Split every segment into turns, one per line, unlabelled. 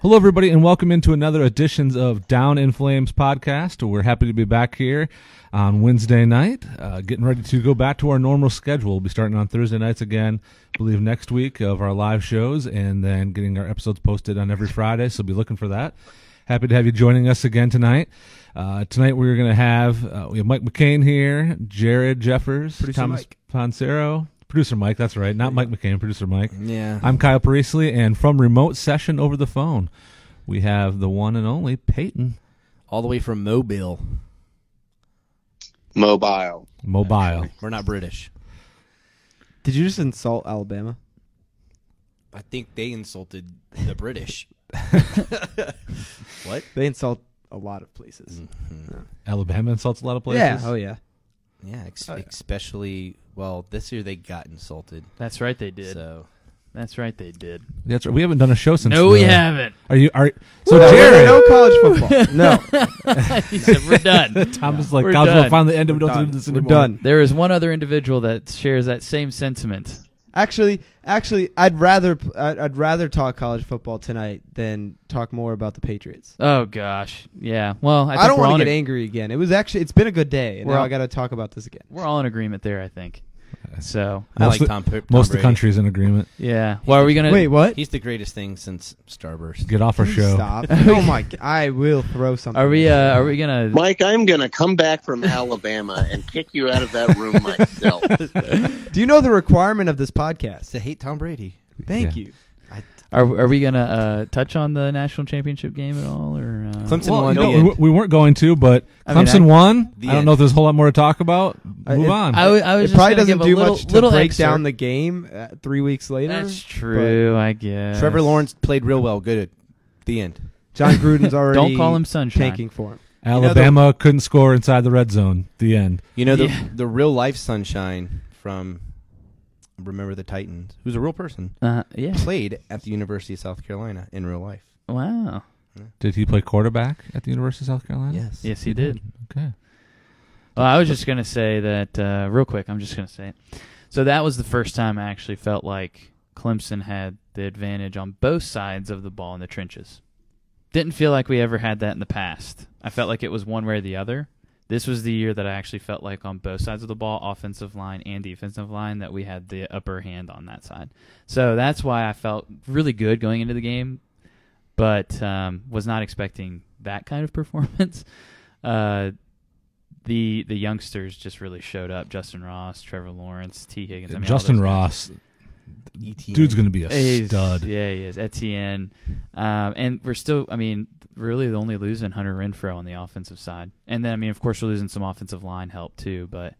Hello, everybody, and welcome into another editions of Down in Flames podcast. We're happy to be back here on Wednesday night, uh, getting ready to go back to our normal schedule. We'll be starting on Thursday nights again, I believe next week of our live shows, and then getting our episodes posted on every Friday. So be looking for that. Happy to have you joining us again tonight. Uh, tonight we're going to have uh, we have Mike McCain here, Jared Jeffers,
Producer
Thomas
Mike.
Poncero, producer Mike. That's right, not Mike McCain, producer Mike.
Yeah.
I'm Kyle Parisi, and from remote session over the phone, we have the one and only Peyton
All the way from Mobile.
mobile.
Mobile.
We're not British.
Did you just insult Alabama?
I think they insulted the British. what?
They insult a lot of places.
Mm. Alabama insults a lot of places.
Yeah. Oh yeah.
Yeah, ex-
Uh,
especially well, this year they got insulted.
That's right, they did.
So
That's right, they did.
That's right. We haven't done a show since.
No, we
the-
haven't.
Are you? Are so
Jared,
Jared?
no college football. No,
He said, We're done.
Thomas like,
We're
God, we'll
done.
finally end. it. We don't have to do this
we're
anymore.
done.
There is one other individual that shares that same sentiment.
Actually, actually, I'd rather I'd, I'd rather talk college football tonight than talk more about the Patriots.
Oh gosh, yeah. Well, I, think
I, don't
we're all
want to
in
get
ag-
angry again. It was actually it's been a good day, and
We're
now
all-
I got to talk about this again.
We're all in agreement there, I think. So
I
Most
like
of-
Tom. Pur- Tom
Most of the
Brady.
country's in agreement.
yeah. Well, are we gonna?
Wait, what?
He's the greatest thing since Starburst.
Get off our
Please
show.
Stop. oh my! g- I will throw something.
Are we?
at
Uh, are we gonna?
Mike, I'm going to come back from Alabama and kick you out of that room myself.
you. Do you know the requirement of this podcast?
To hate Tom Brady.
Thank
Yeah.
you.
Are, are we gonna uh, touch on the national championship game at all? Or uh,
Clemson
Well,
won.
you know,
the
we,
end.
we weren't going to, but
I mean,
Clemson
I-
won.
the
I don't
end.
know if there's a whole lot more to talk about.
I-
Move
Uh, it-
on.
I, w- I was
It
just
probably
gonna
doesn't
give a
do
little,
much to
little
break
excerpt.
down the game uh, three weeks later.
That's true, I guess.
Trevor Lawrence played real well. Good at the end.
John Gruden's already
Don't call him sunshine.
tanking for him.
Alabama couldn't score inside the red zone. The end.
You know the
Yeah.
the real life sunshine from Remember the Titans, who's a real person,
Uh, yeah.
played at the University of South Carolina in real life.
Wow.
Did he play quarterback at the University of South Carolina?
Yes.
Yes, he did.
Okay.
Well, I was just gonna say that uh, real quick. I'm just gonna say it. So that was the first time I actually felt like Clemson had the advantage on both sides of the ball in the trenches. Didn't feel like we ever had that in the past. I felt like it was one way or the other. This was the year that I actually felt like on both sides of the ball, offensive line and defensive line, that we had the upper hand on that side. So that's why I felt really good going into the game, but um, was not expecting that kind of performance. Uh, the the youngsters just really showed up. Justin Ross, Trevor Lawrence, T. Higgins. I mean, all
Justin
those guys.
Ross,
E
ETN.
dude's going to be a
He's-
stud.
Yeah, he is. Etienne. Um, and we're still, I mean, really the only losing Hunter Renfro on the offensive side. And then, I mean, of course, we're losing some offensive line help, too. But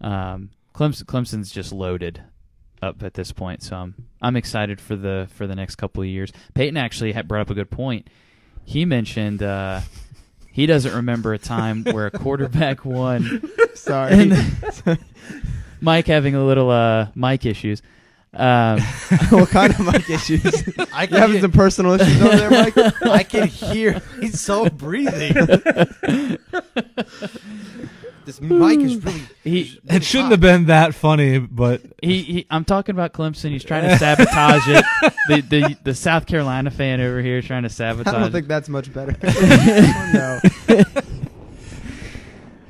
um, Clemson, Clemson's just loaded up at this point. So I'm, I'm excited for the for the next couple of years. Peyton actually had brought up a good point. He mentioned uh, he doesn't remember a time where a quarterback won
Sorry.
and Mike having a little uh, mic issues. Um,
what kind of mic issues?
I
You having some personal issues over there, Mike?
I can hear he's so breathing. this mic is really.
he,
It shouldn't have been that funny, but
he he. I'm talking about Clemson. He's trying to sabotage it. The the the South Carolina fan over here is trying to
I
sabotage.
don't think that's much better.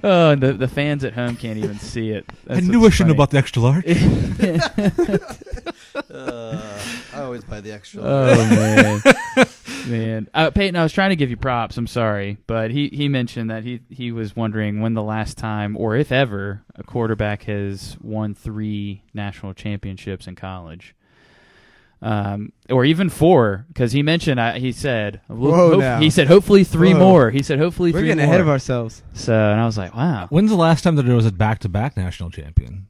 Oh, no.
oh, and the the fans at home can't even see it.
I knew I shouldn't have bought the extra large.
Uh, I always buy the extra.
Oh man, man. Uh, Peyton, I was trying to give you props. I'm sorry, but he he mentioned that he he was wondering when the last time, or if ever, a quarterback has won three national championships in college. Um, or even four, because he mentioned I, he said
Whoa, now.
he said hopefully three
Whoa.
more. He said hopefully
We're
three
getting
more.
ahead of ourselves.
So and I was like, wow.
When's the last time that there was a back-to-back national champion?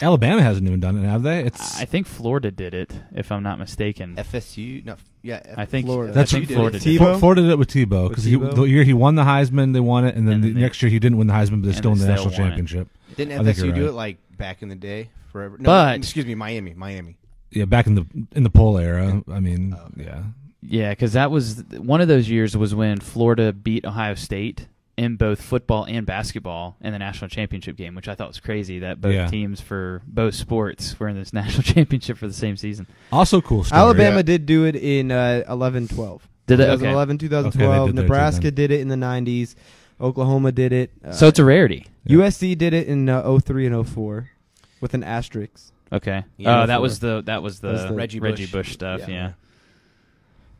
Alabama hasn't even done it, have they? It's
I think Florida did it, if I'm not mistaken.
FSU, no, yeah, F-
I think
Florida.
That's
That's
I think
what-
Florida did.
Tebow?
it.
Fo- Ford did it with Tebow because
With Tebow?
the year he won the Heisman, they won it, and then
And
the
then they-
next year he didn't win the Heisman, but they're
and
still in
they
the
still
national
won it.
championship. I
didn't
think
FSU
you're
do
right.
it like back in the day forever? No,
But-
excuse me, Miami, Miami.
Yeah, back in the in the poll era. I mean,
Oh,
yeah,
Yeah, because that was one of those years was when Florida beat Ohio State in both football and basketball in the national championship game, which I thought was crazy that both
Yeah.
teams for both sports were in this national championship for the same season.
also cool. Story.
Alabama did do it in uh, 11-12.
Did they? Okay.
2011,
Okay, they
2012.
did that too
Nebraska
then.
did it in the 90s. Oklahoma did it. Uh,
So it's a rarity.
Yeah.
USC did it in uh, 03 and 04 with an asterisk.
Okay.
Yeah,
oh, that
four.
was the that was the,
That was the-
Reggie,
Reggie
Bush.
Bush.
stuff. Yeah.
Yeah.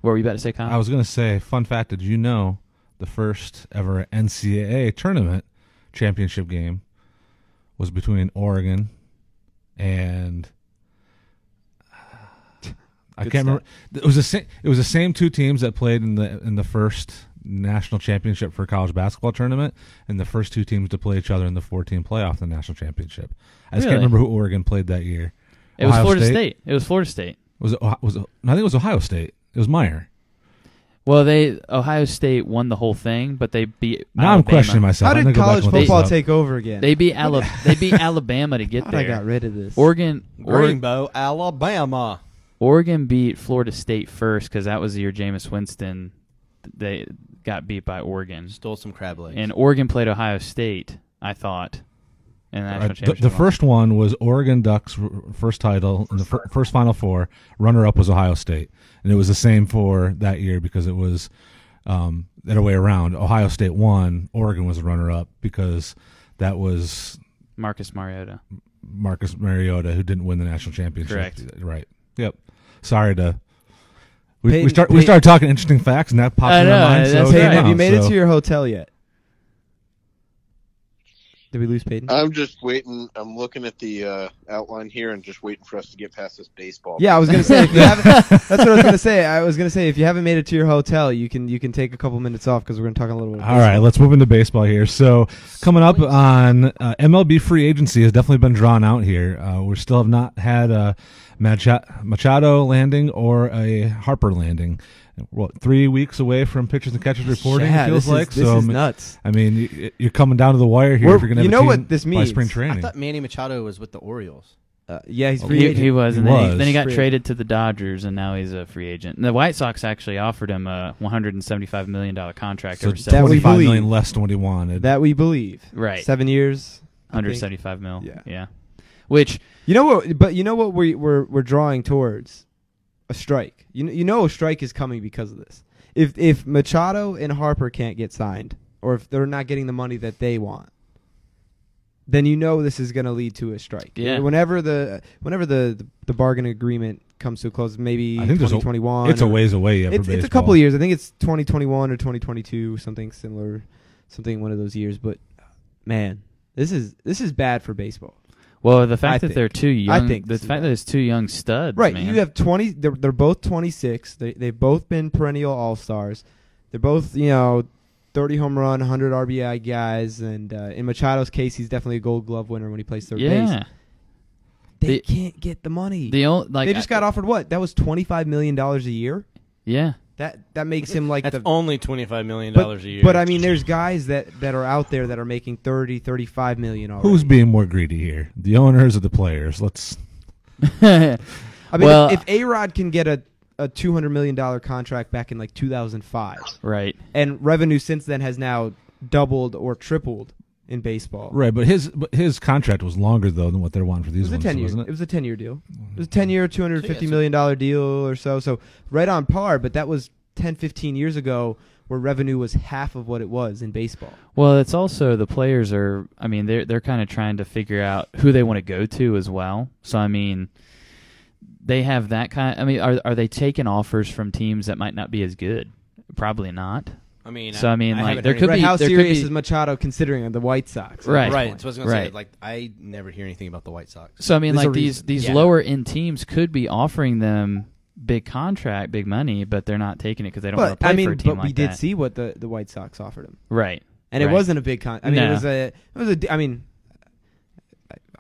What were you about to say, Kyle?
I was going to say, fun fact did you know the first ever NCAA tournament championship game was between Oregon and. I
Good
can't
stuff.
remember. It was the same. It was the same two teams that played in the in the first national championship for college basketball tournament, and the first two teams to play each other in the four team playoff, in the national championship. I just
Really?
can't remember who Oregon played that year.
it was
Ohio
Florida State.
State?
It was Florida State.
Was it? Ohio- Was it, I think it was Ohio State. It was Meyer.
Well, they Ohio State won the whole thing, but they beat.
Now I'm
Alabama.
questioning myself.
Oh, How
I'm gonna
did
go back
college
and look this
football
football
up.
take over again?
They beat Alabama. they beat Alabama to get
Thought I got
there.
rid of this.
Oregon, Oregon,
Greenbow, Alabama.
Oregon beat Florida State first because that was the year Jameis Winston. They got beat by Oregon,
Stole some crab legs.
and Oregon played Ohio State. I thought, in Uh, the national
Alright, Uh, the,
championship.
the first one was Oregon Ducks r- first title and the fir- first Final Four. Runner up was Ohio State, and it was the same for that year because it was um, the other way around. Ohio State won. Oregon was the runner up because that was
Marcus Mariota.
Marcus Mariota who didn't win the national championship.
Correct.
Right. Yep. Sorry to. We, we
Peyton-
start we
Peyton-
started talking interesting facts and that popped
I
in my
know,
mind.
that's
so
right.
Peyton,
yeah,
have Oh, you made it
so-
to your hotel yet? Did we lose
Uh,
Peyton?
I'm just waiting. I'm looking at the uh, outline here and just waiting for us to get past this baseball.
yeah, I was gonna say if you haven't, that's what I was gonna say. I was gonna say if you haven't made it to your hotel, you can you can take a couple minutes off because we're gonna talk a little bit.
All right, let's move into baseball here. So, coming up on uh, MLB free agency has definitely been drawn out here. Uh, we still have not had a Macha- Machado landing or a Harper landing. What three weeks away from pitchers and catchers reporting? it
Yeah,
feels
this is-
like
this
so.
is
I mean-
nuts.
I mean, you- you're coming down to the wire here.
We're-
if you're gonna
you
have a
know what
team
this
by
means.
spring
I
training.
I thought Manny Machado was with the Orioles.
Uh, yeah, he's
Oh,
free
He,
agent.
he was,
He
and then, He,
was.
then he got
Free
traded to the Dodgers, and now he's a free agent. And the White Sox actually offered him a 175 million dollar contract
so
over seven,
that we
25 million
believe.
less than what he wanted.
that we believe.
Right.
seven years. I think.
175 mil.
Yeah.
yeah, which
You know what? But you know what we we're we're drawing towards a strike. You kn- you know a strike is coming because of this. If if Machado and Harper can't get signed, or if they're not getting the money that they want, then you know this is going to lead to a strike.
Yeah.
Whenever the whenever the the, the bargain agreement comes to a close, maybe
I think there's a-
twenty twenty one.
it's a ways away. Yet for
It's, it's a
baseball.
couple of years. I think it's 2021 or 2022, something similar, something one of those years. But man, this is this is bad for baseball.
Well, the fact
I
that
think-
they're two young,
I think
the
this is
fact
bad.
that it's two young studs,
Right.
man.
You have 20. They're, they're both 26. They, they've both been perennial all stars. They're both, you know, 30 home run, 100 RBI guys. And uh, in Machado's case, he's definitely a gold glove winner when he plays third
yeah.
base. They
The-
can't get the money.
The only like
they just got offered what? That was $25 million a year?
Yeah,
That that makes him like
That's
the.
only $25 million
but,
a year.
but I mean, there's guys that, that are out there that are making 30, 35 million already.
Who's being more greedy here, the owners or the players? Let's
I mean,
Well-
if A Rod can get a, a $200 million contract back in like 2005.
right.
and revenue since then has now doubled or tripled in baseball.
Right, but his but his contract was longer though than what they're wanting for
It
these
was a
ones,
ten year.
wasn't
It?
it?
was a ten year deal. It was a ten year, two hundred
So, yeah,
fifty
so-
million dollar deal or so. So right on par. But that was 10, 15 years ago, where revenue was half of what it was in baseball.
Well, it's also the players are. I mean, they're they're kind of trying to figure out who they want to go to as well. So I mean, they have that kind. I mean, are are they taking offers from teams that might not be as good? Probably not.
I mean,
so, I mean, like,
haven't
there
heard
could
right?
be-
how
there could
serious
be-
is Machado considering the White Sox? at
Right.
this
Right.
point?
So I was going to say,
Right.
like, I never hear anything about the White Sox.
So I mean,
There's
like
a
these
reason.
these
Yeah.
lower end teams could be offering them big contract, big money, but they're not taking it because they don't want
But
to play
I mean,
for a team
but
like
we did
that.
see what the, the White Sox offered him,
right.
and
Right.
it wasn't a big con. I mean,
No.
it was a it was a. d- I mean.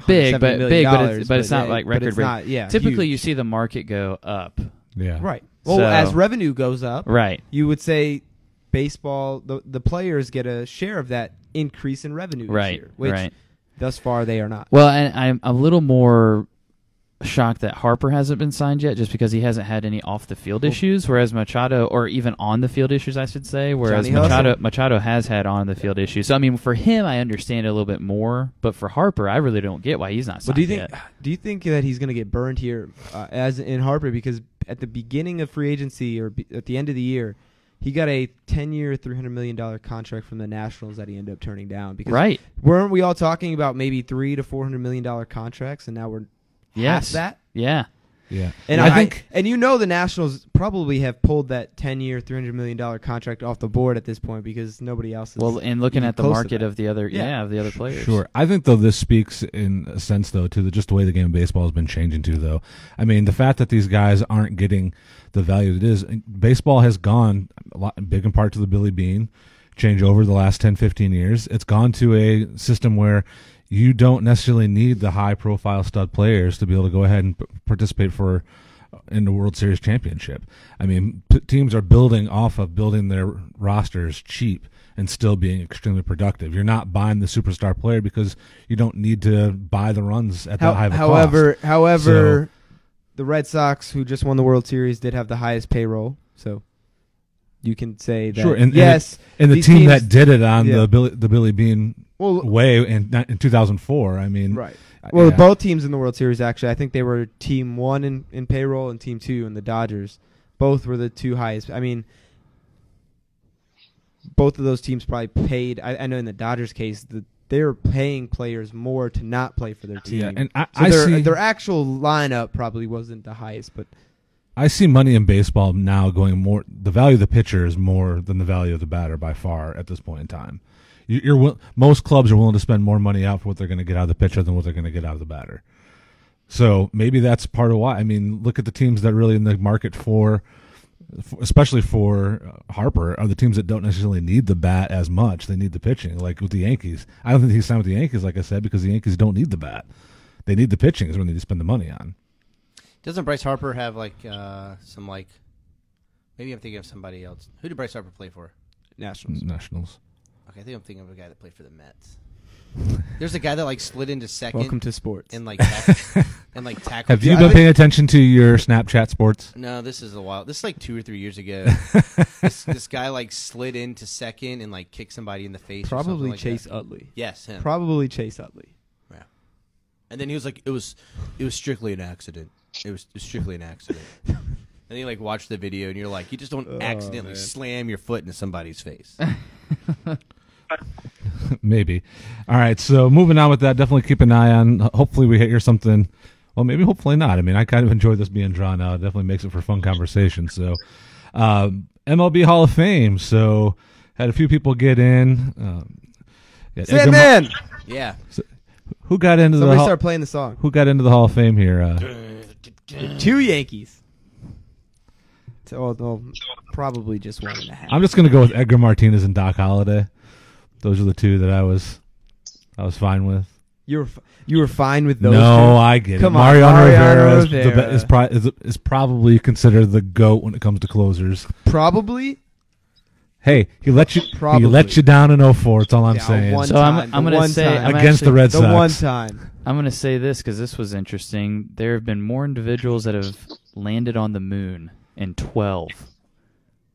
Big, but-
$170 million
big, but it's-
dollars,
but it's not,
yeah,
like,
but it's
record-breaking.
not- Yeah,
Typically,
huge.
you see the market go up.
Yeah.
Right. Well,
So-
as revenue goes up,
Right.
you would say baseball the the players get a share of that increase in revenue each
Right.
year, which
right.
thus far they are not.
Well, and I'm a little more shocked that Harper hasn't been signed yet, just because he hasn't had any off the field issues, whereas Machado, or even on the field issues, I should say, whereas
Johnny
Machado
Hudson.
Machado has had on the field issues. So I mean, for him, I understand it a little bit more, but for Harper, I really don't get why he's not signed
do you think
yet.
do you think that he's going to get burned here uh, as in Harper because at the beginning of free agency or be, at the end of the year He got a 10 year, $300 million contract from the Nationals that he ended up turning down. Because
Right.
Weren't we all talking about maybe three to $400 million contracts, and now we're
Yes.
half that?
Yeah.
Yeah.
And
Yeah,
I, think, and you know, the Nationals probably have pulled that ten-year, three hundred million dollar contract off the board at this point because nobody else. Is
Well, and looking
even
at the
close to
market
that.
of the other yeah,
Yeah.
of the other players.
Sure. I think though this speaks in a sense though to the, just the way the game of baseball has been changing too though. I mean, the fact that these guys aren't getting the value that it is baseball has gone a lot big in part to the Billy Bean change over the last 10 15 years. It's gone to a system where you don't necessarily need the high profile stud players to be able to go ahead and p- participate for in the World Series championship. I mean, p- teams are building off of building their rosters cheap and still being extremely productive. You're not buying the superstar player because you don't need to buy the runs at
How-
that high of a
however, however, the Red Sox, who just won the World Series, did have the highest payroll, so you can say that.
Sure, and- and
yes,
cost. and the
these
team
teams-
that did it on
Yeah.
the Billy, the Billy Bean
well,
way in, in 2004. I mean,
right. Uh, Well,
yeah.
both teams in the World Series actually. I think they were team one in, in payroll and team two in the Dodgers. Both were the two highest. I mean, both of those teams probably paid. I, I know in the Dodgers case, the, they're paying players more to not play for their team.
yeah, and I,
so
I
their,
see
their actual lineup probably wasn't the highest, but
I see money in baseball now going more. The value of the pitcher is more than the value of the batter by far at this point in time. You, you're wi- most clubs are willing to spend more money out for what they're going to get out of the pitcher than what they're going to get out of the batter. So maybe that's part of why. I mean, look at the teams that are really in the market for, for especially for uh, Harper, are the teams that don't necessarily need the bat as much. They need the pitching, like with the Yankees. I don't think he signed with the Yankees, like I said, because the Yankees don't need the bat. They need the pitching is when they need to spend the money on.
Doesn't Bryce Harper have like uh, some like? Maybe I'm thinking of somebody else. Who did Bryce Harper play for?
Nationals.
Mm. Nationals.
Okay, I think I'm thinking of a guy that played for the Mets. There's a guy that like slid into second
Welcome to sports.
and like tack- and like tackled.
Have you
I
been
think-
paying attention to your Snapchat sports?
No, this is a while. This is like two or three years ago. this, this guy like slid into second and like kicked somebody in the face. or something
probably
like
Chase
that.
Utley.
Yes, him.
Probably Chase Utley.
and then he was like, "It was, it was strictly an accident. It was, it was strictly an accident." and then you like watch the video, and you're like, "You just don't
Oh,
accidentally
man.
slam your foot into somebody's face."
maybe. All right, so moving on with that, definitely keep an eye on. Hopefully, we hear something. Well, maybe hopefully not. I mean, I kind of enjoy this being drawn out. It definitely makes it for fun conversation. So, um, MLB Hall of Fame. So, had a few people get in. Um, yeah, Edgar Mo-
Sandman!
yeah.
who got into the
Somebody
hall-
start playing the song.
who got into the Hall of Fame here? Uh,
Two Yankees. Oh, no, probably just one and a half.
I'm just gonna go with Edgar Martinez and Doc Holliday. Those are the two that I was I was fine with.
You were f- you were fine with those.
no,
two?
I get
Come
it.
on,
Mariano,
Mariano
Rivera, is, the,
Rivera.
be- is, pro- is, is probably considered the goat when it comes to closers.
probably.
Hey, he let you
Probably.
he let you down in 04. That's all I'm
Yeah,
saying.
one
So I'm-
time,
I'm
the
gonna
one
say-
time,
I'm
Against the
actually-
Red
the
Sox.
one time.
I'm going to say this because this was interesting. There have been more individuals that have landed on the moon in 12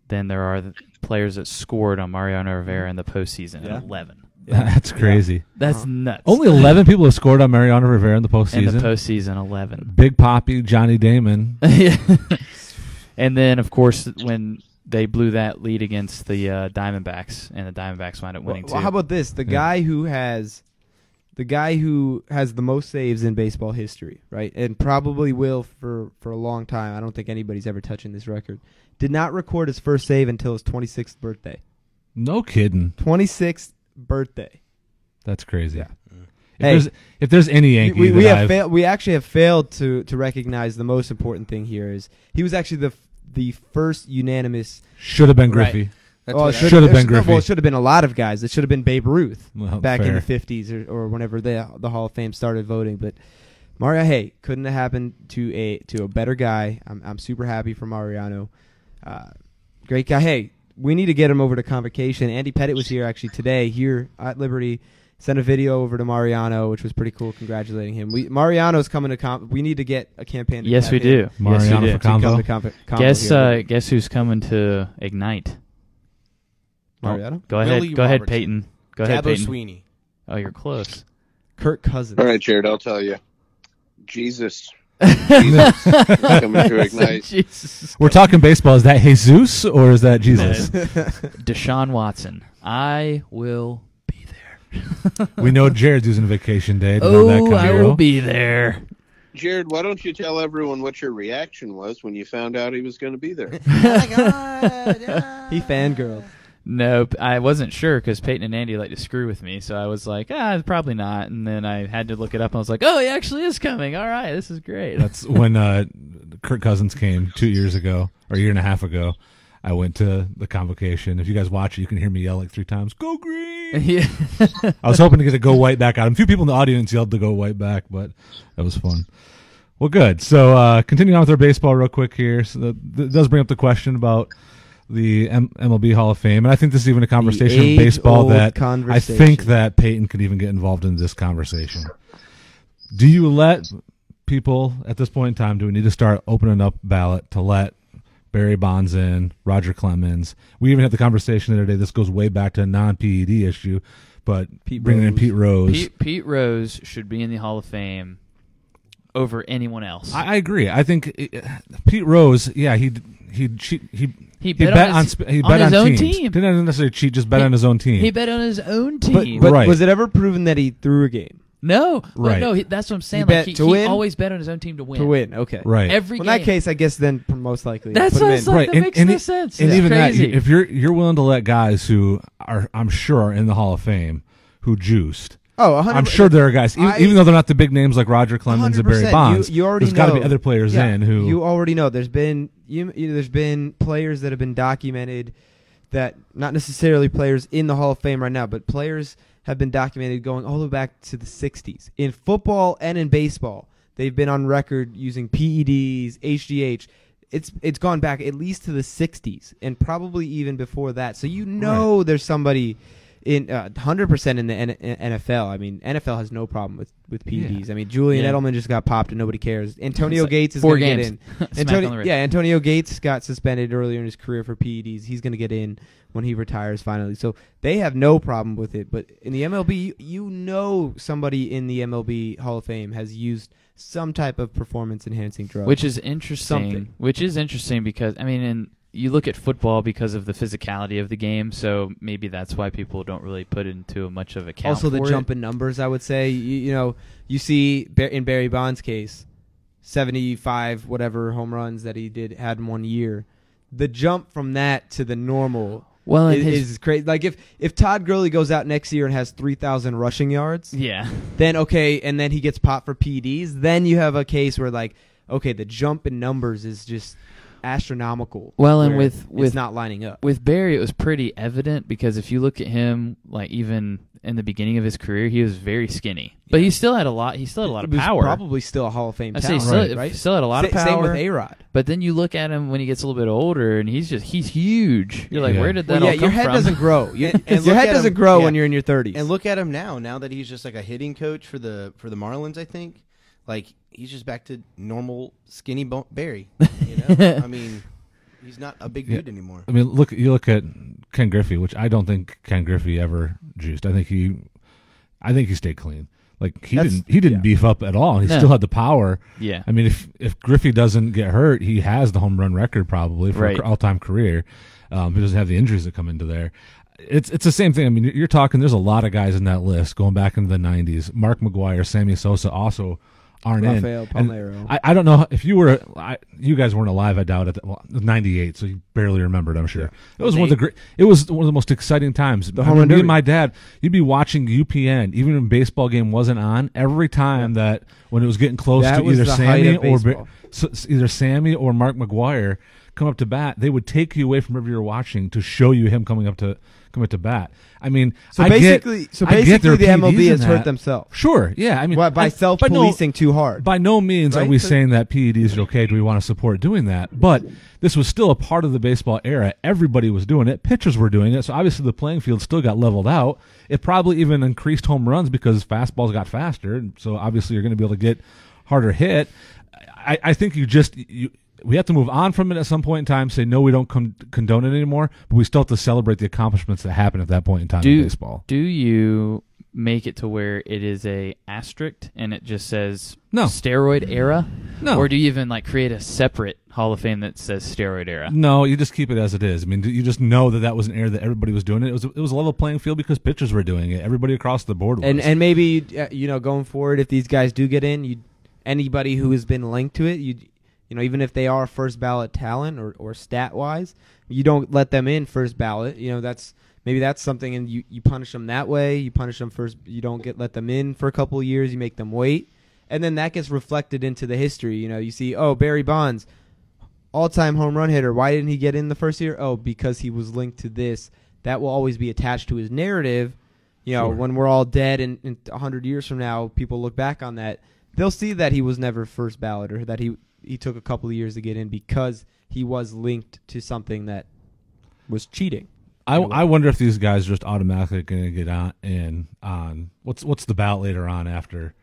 than there are the players that scored on Mariano Rivera in the postseason
Yeah.
in 11.
That's crazy.
That's
Uh-huh.
nuts.
Only 11 people have scored on Mariano Rivera in the
in
postseason.
the postseason 11.
Big Poppy, Johnny Damon.
and then, of course, when they blew that lead against the uh, Diamondbacks, and the Diamondbacks wound up winning
Well,
too.
how about this? The
Yeah.
guy who has, the guy who has the most saves in baseball history, right, and probably will for for a long time. I don't think anybody's ever touching this record. Did not record his first save until his 26th birthday.
No kidding.
26th birthday.
That's crazy.
Yeah.
If,
Hey.
there's, if there's any Yankee
we, we
that
have
I've-
failed. We actually have failed to to recognize the most important thing here is he was actually the f- the first unanimous.
should have been Griffey.
That's
oh,
what
it
I-
should've
should-
been
it should-
Griffey.
Well, it should have been a lot of guys. It should have been Babe Ruth
Well,
back in
Oh, fair.
the fifties or, or whenever the the Hall of Fame started voting. But Mario, hey, couldn't have happened to a to a better guy. I'm I'm super happy for Mariano. Uh, great guy. Hey, we need to get him over to convocation. Andy Pettit was here actually today here at Liberty. Sent a video over to Mariano, which was pretty cool, congratulating him. We Mariano's coming to comp. We need to get a campaign. To
yes, we
have him
do. yes,
Mariano
we do.
for Convo.
Come to comp- comp
Guess
here.
uh, guess who's coming to ignite?
Mariano,
Go ahead,
Willie
go ahead,
Robertson.
Peyton. Go ahead,
Dabo
Peyton.
Sweeney.
Oh, you're close.
Kirk Cousins.
All right, Jared, I'll tell you. Jesus coming to ignite.
Jesus.
We're talking baseball. Is that Jesus or is that Jesus?
Deshaun Watson. I will be there.
we know Jared's using vacation day. to know that
oh, I
Cairo.
will be there.
Jared, why don't you tell everyone what your reaction was when you found out he was going to be there?
he fangirled.
Nope, I wasn't sure because Peyton and Andy like to screw with me, so I was like, ah, probably not. And then I had to look it up, and I was like, oh, he actually is coming. All right, this is great.
That's when uh, Kirk Cousins came two years ago or a year and a half ago. I went to the convocation. If you guys watch it, you can hear me yell like three times, "Go green!"
yeah.
I was hoping to get a "Go white" back out. A few people in the audience yelled the "Go white" back, but that was fun. Well, good. So, uh, continuing on with our baseball real quick here. So that, that does bring up the question about the M- MLB Hall of Fame, and I think this is even a conversation in baseball
age-old
that
conversation.
I think that Peyton could even get involved in this conversation. Do you let people at this point in time? Do we need to start opening up ballot to let Barry Bonds in, Roger Clemens? We even had the conversation the other day. This goes way back to a non-PED issue, but
Pete
bringing in
Rose.
Pete Rose.
Pete, Pete Rose should be in the Hall of Fame over anyone else.
I, I agree. I think uh, Pete Rose. Yeah, he he he he,
He
he
bet
bet,
on his-
on, sp he
on
bet
his
on
own
teams.
team.
Didn't necessarily cheat. Just bet
He-
on his own team.
he bet on his own
But,
team.
but
Right.
was it ever proven that he threw a game
no, but
Right.
no, he, that's what I'm saying.
He
like
bet
he,
to
he
win?
always bet on his own team to win.
to win? Okay,
right.
every
Well, in
game.
that case, I guess then most likely
That's
put
what
him
I
in.
said. That makes no
e-
sense.
And
It's
even
crazy.
that, if you're you're willing to let guys who are, I'm sure, are in the Hall of Fame, who juiced.
Oh, 100
I'm sure there are guys, even,
I-
even though they're not the big names like Roger Clemens and
100%.
Barry Bonds.
You, you already
there's
got
to be other players in who
you already know. There's been you, you know, there's been players that have been documented that not necessarily players in the Hall of Fame right now, but players have been documented going all the way back to the 60s in football and in baseball. They've been on record using E PEDs, HGH. It's it's gone back at least to the 60s and probably even before that. So you know there's somebody in uh, 100% in the N- NFL. I mean, NFL has no problem with with E PEDs. I mean, Julian
Yeah.
Edelman just got popped and nobody cares. Antonio
It's like
Gates is
four
going to get
games.
in.
Smack
Antonio,
on the wrist.
yeah, Antonio Gates got suspended earlier in his career for PEDs. He's going to get in when he retires finally. So they have no problem with it. But in the MLB, you, you know somebody in the MLB Hall of Fame has used some type of performance enhancing drug.
which is interesting.
Something.
Which is interesting because I mean, and you look at football because of the physicality of the game, so maybe that's why people don't really put into much of a count.
also the
for it.
jump in numbers, I would say. You, you know, you see Bar- in Barry Bonds' case, 75 whatever home runs that he did had in one year. The jump from that to the normal
Well, and
is,
his,
is crazy. Like if if Todd Gurley goes out next year and has three thousand rushing yards,
yeah,
then okay, and then he gets popped for PDs. Then you have a case where like okay, the jump in numbers is just astronomical.
Well, and
where
with-
it's
with-
not lining up.
with Barry, it was pretty evident because if you look at him, like even in the beginning of his career, he was very skinny, but he still had a lot. He still had a lot
It
of
was
power.
Probably still a Hall of Fame
I say he
talent,
still,
right?
still had a lot of
Sa-
power.
Same with A Rod.
But then you look at him when he gets a little bit older, and he's just he's huge. You're like,
Yeah.
where did that
Well, yeah,
all come
your head
from?
doesn't grow. You-
And- and
your
look
head
at
doesn't
him-
grow
yeah.
when you're in your 30s.
And look at him now. Now that he's just like a hitting coach for the for the Marlins, I think like he's just back to normal skinny bo- Barry. You know, I mean, he's not a big
Yeah.
dude anymore.
I mean, look, you look at Ken Griffey, which I don't think Ken Griffey ever juiced. I think he, I think he stayed clean. Like he
That's-
didn't, he didn't
yeah.
beef up at all. He
No.
still had the power.
Yeah.
I mean, if if Griffey doesn't get hurt, he has the home run record probably for
Right.
all time career. Um, he doesn't have the injuries that come into there. It's it's the same thing. I mean, you're talking. There's a lot of guys in that list going back into the '90s. Mark McGuire, Sammy Sosa, also aren't
Rafael
in. And
Palmeiro.
I, I don't know if you were. I, you guys weren't alive. I doubt it. Well, '98, so you barely remembered. I'm sure it was one of the great. It was one of the most exciting times. I
home
mean,
run
me
derby.
and my dad, you'd be watching UPN, even when baseball game wasn't on. Every time that when it was getting close
That
to
was
either
the height
Sammy
of
or Ba-
baseball.
so s- either Sammy or Mark McGuire come up to bat, they would take you away from whatever you're watching to show you him coming up to coming up to bat. I mean,
so
I get-
basically, so
I get
basically,
their
the
PDs
MLB
in
has hurt
that.
themselves
Sure, yeah. I mean,
Why- by
and-
self
but no-
policing too hard.
by no means
Right?
are we
So-
saying that PEDs are okay. Do we want to support doing that? But this was still a part of the baseball era. Everybody was doing it. Pitchers were doing it. So obviously the playing field still got leveled out. It probably even increased home runs because fastballs got faster. And So obviously you're going to be able to get harder hit. I, I think you just you. We have to move on from it at some point in time. Say no, we don't con- condone it anymore, but we still have to celebrate the accomplishments that happen at that point in time in
do
baseball.
do you make it to where it is a asterisk and it just says
No.
steroid era?
No.
Or do you even like create a separate Hall of Fame that says steroid era?
No, you just keep it as it is. I mean, you just know that that was an error that everybody was doing. It was it was a level playing field because pitchers were doing it. Everybody across the board was.
And and maybe you'd, uh, you know going forward, if these guys do get in, you anybody who has been linked to it, you you know even if they are first ballot talent or, or stat wise, you don't let them in first ballot. You know that's maybe that's something, and you, you punish them that way. You punish them first. You don't get let them in for a couple of years. You make them wait, and then that gets reflected into the history. You know you see oh Barry Bonds. All time home run hitter. Why didn't he get in the first year? Oh, because he was linked to this. That will always be attached to his narrative you know,
Sure.
when we're all dead and, and 100 years from now, people look back on that, they'll see that he was never first ballot or that he, he took a couple of years to get in because he was linked to something that was cheating.
I, I wonder if these guys are just automatically going to get on in on what's what's the ballot later on after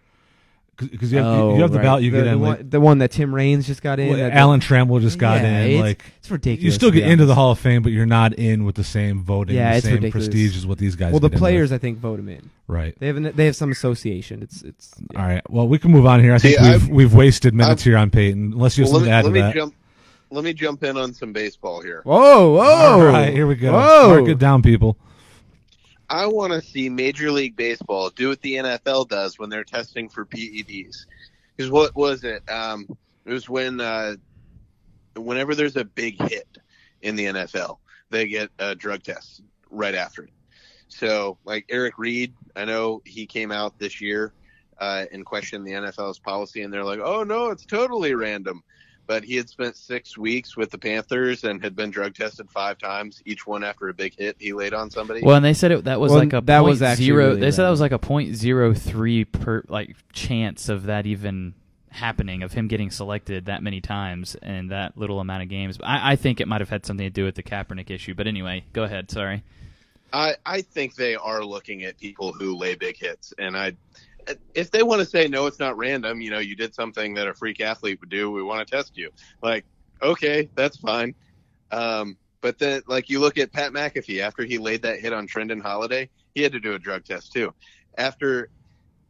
because you have you-
Oh,
you have the
right.
ballot you
the,
get
the
in. like,
one, the one that Tim Raines just got in.
well,
that-
Alan Trammell just got
Yeah,
in.
It's,
Like
it's ridiculous.
you still
to be
get into the
honest.
Hall of Fame, but you're not in with the same voting,
Yeah,
the
it's
same
ridiculous.
prestige as what these guys.
Well, the
get in with.
players, I think, vote him in.
right?
They have an, they have some association. It's it's.
All right. Well, we can move on here. I think
See,
we've
I've-
we've wasted minutes
I've-
here on Peyton. Unless you have
Well,
something to add
let
to
me, let
that.
me jump. Let me jump in on some baseball here.
Whoa, whoa!
All right, here we go.
Whoa!
Mark it down, people.
I want to see Major League Baseball do what the NFL does when they're testing for PEDs. Because what was it? Um, it was when uh, whenever there's a big hit in the NFL, they get a drug test right after it. So, like Eric Reed, I know he came out this year uh, and questioned the NFL's policy, and they're like, "Oh no, it's totally random." But he had spent six weeks with the Panthers and had been drug tested five times, each one after a big hit he laid on somebody.
Well, and they said it that was
Well,
like a
that was
point
actually
zero.
really
they said that
bad.
was like a point zero three per like chance of that even happening of him getting selected that many times in that little amount of games. But I, I think it might have had something to do with the Kaepernick issue. But anyway, go ahead. Sorry.
I, I think they are looking at people who lay big hits, and I, if they want to say no, it's not random. You know, you did something that a freak athlete would do. We want to test you. Like, okay, that's fine. Um, but then, like, you look at Pat McAfee after he laid that hit on Trendon Holiday, he had to do a drug test too. After,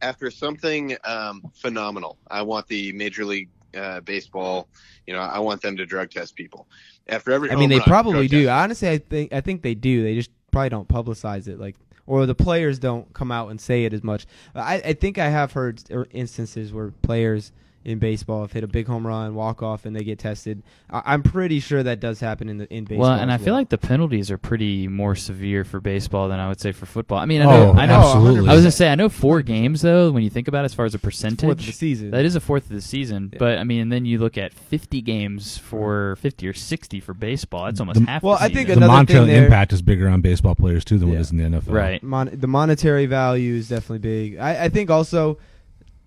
after something um, phenomenal, I want the Major League uh, Baseball. You know, I want them to drug test people after every.
I mean,
home
they
run,
probably
drug
do.
test.
Honestly, I think I think they do. They just probably don't publicize it, like, or the players don't come out and say it as much. I, I think I have heard er, instances where players in baseball have hit a big home run, walk off, and they get tested. I, I'm pretty sure that does happen in the in baseball.
well, and I
as
feel like the penalties are pretty more severe for baseball than I would say for football. I mean, I know,
Oh,
I, know
absolutely.
I was gonna say I know four games though. When you think about it, as far as a percentage,
fourth of the season.
That is a fourth of the season,
Yeah.
but I mean, and then you look at 50 games for 50 or 60 for baseball. That's almost
The-
half.
Well,
the
I think
season.
The
Another thing
Montreal
there-
impact is bigger on baseball players too than
Yeah.
what is in the NFL.
right.
Mon- the monetary value is definitely big. I, I think also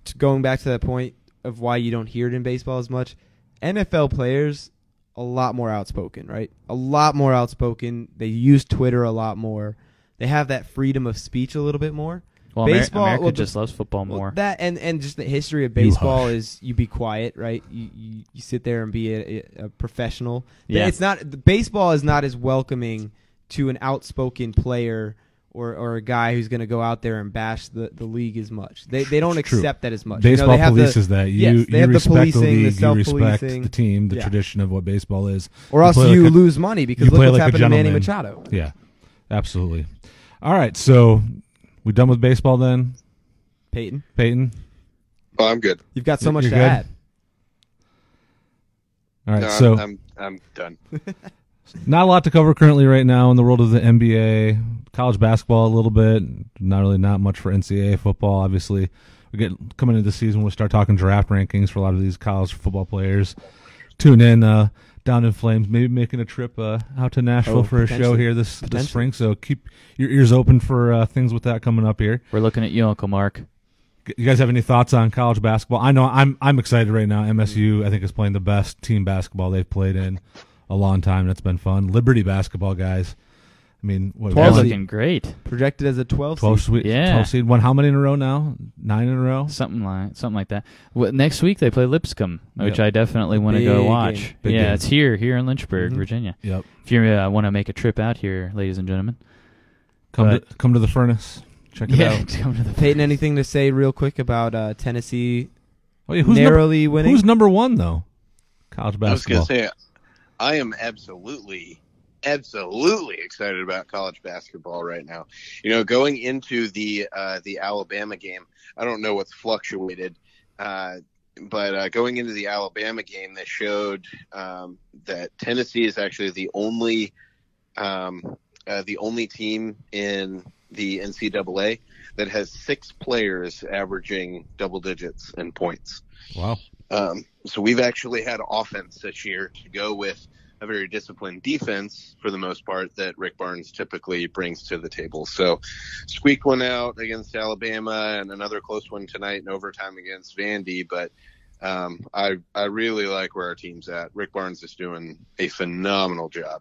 t- going back to that point of why you don't hear it in baseball as much, NFL players a lot more outspoken, right? A lot more outspoken. They use Twitter a lot more. They have that freedom of speech a little bit more.
Well, Amer-
baseball-
America
well, the-
just loves football
Well,
more.
that and and just the history of
You
baseball
hush.
is you be quiet, right? You you, you sit there and be a, a professional.
Yeah.
it's not the baseball is not as welcoming to an outspoken player. Or, or a guy who's going to go out there and bash the, the league as much. They they don't
It's true.
accept that as much. You know,
Baseball
they have the-
polices that you,
yes, they
you
have the
respect the,
policing, the
league, you respect
self-policing.
the team, the
Yeah.
tradition of what baseball is.
or
You
else
play
you
like a-
lose money because
you
look
play
what's
like a
happened to Manny
gentleman.
Machado.
Yeah, absolutely. All right, so we done with baseball then,
Peyton,
Peyton.
Oh, I'm good.
you've got so
You're
much to
good?
add.
All right,
No, I'm-
so
I'm, I'm done.
not a lot to cover currently right now in the world of the NBA, college basketball a little bit. Not really, not much for NCAA football. Obviously, we get coming into the season, we'll start talking draft rankings for a lot of these college football players. Tune in uh, down in flames. Maybe making a trip uh, out to Nashville
Oh,
for a show
potentially.
here this this
Potentially.
spring. So keep your ears open for uh, things with that coming up here.
We're looking at you, Uncle Mark.
You guys have any thoughts on college basketball? I know I'm I'm excited right now. MSU I think is playing the best team basketball they've played in a long time. That's been fun. Liberty basketball guys. I mean, what
They're
Twelve
one-
seed.
looking great.
Projected as a 12
12
seed.
sweet,
Yeah.
12 seed. Won how many in a row now? Nine in a row.
Something like something like that. Well, next week they play Lipscomb, which
Yep.
I definitely want to go
Big
watch.
game.
Big
yeah,
game.
it's here here in Lynchburg,
Mhm.
Virginia.
Yep.
If you uh, want to make a trip out here, ladies and gentlemen,
Come
But-
to, come to the furnace. Check it
Yeah,
out.
come to the
Peyton, anything to say real quick about uh, Tennessee
Oh, yeah, who's, number,
narrowly winning?
who's number one, though? College
I was
basketball.
going to say, I am absolutely, absolutely excited about college basketball right now. You know, going into the uh, the Alabama game, I don't know what's fluctuated, uh, but uh, going into the Alabama game, they showed um, that Tennessee is actually the only um, uh, the only team in the NCAA that has six players averaging double digits in points.
Wow.
Um, so we've actually had offense this year to go with a very disciplined defense for the most part that Rick Barnes typically brings to the table. So squeak one out against Alabama and another close one tonight in overtime against Vandy. But um, I I really like where our team's at. Rick Barnes is doing a phenomenal job.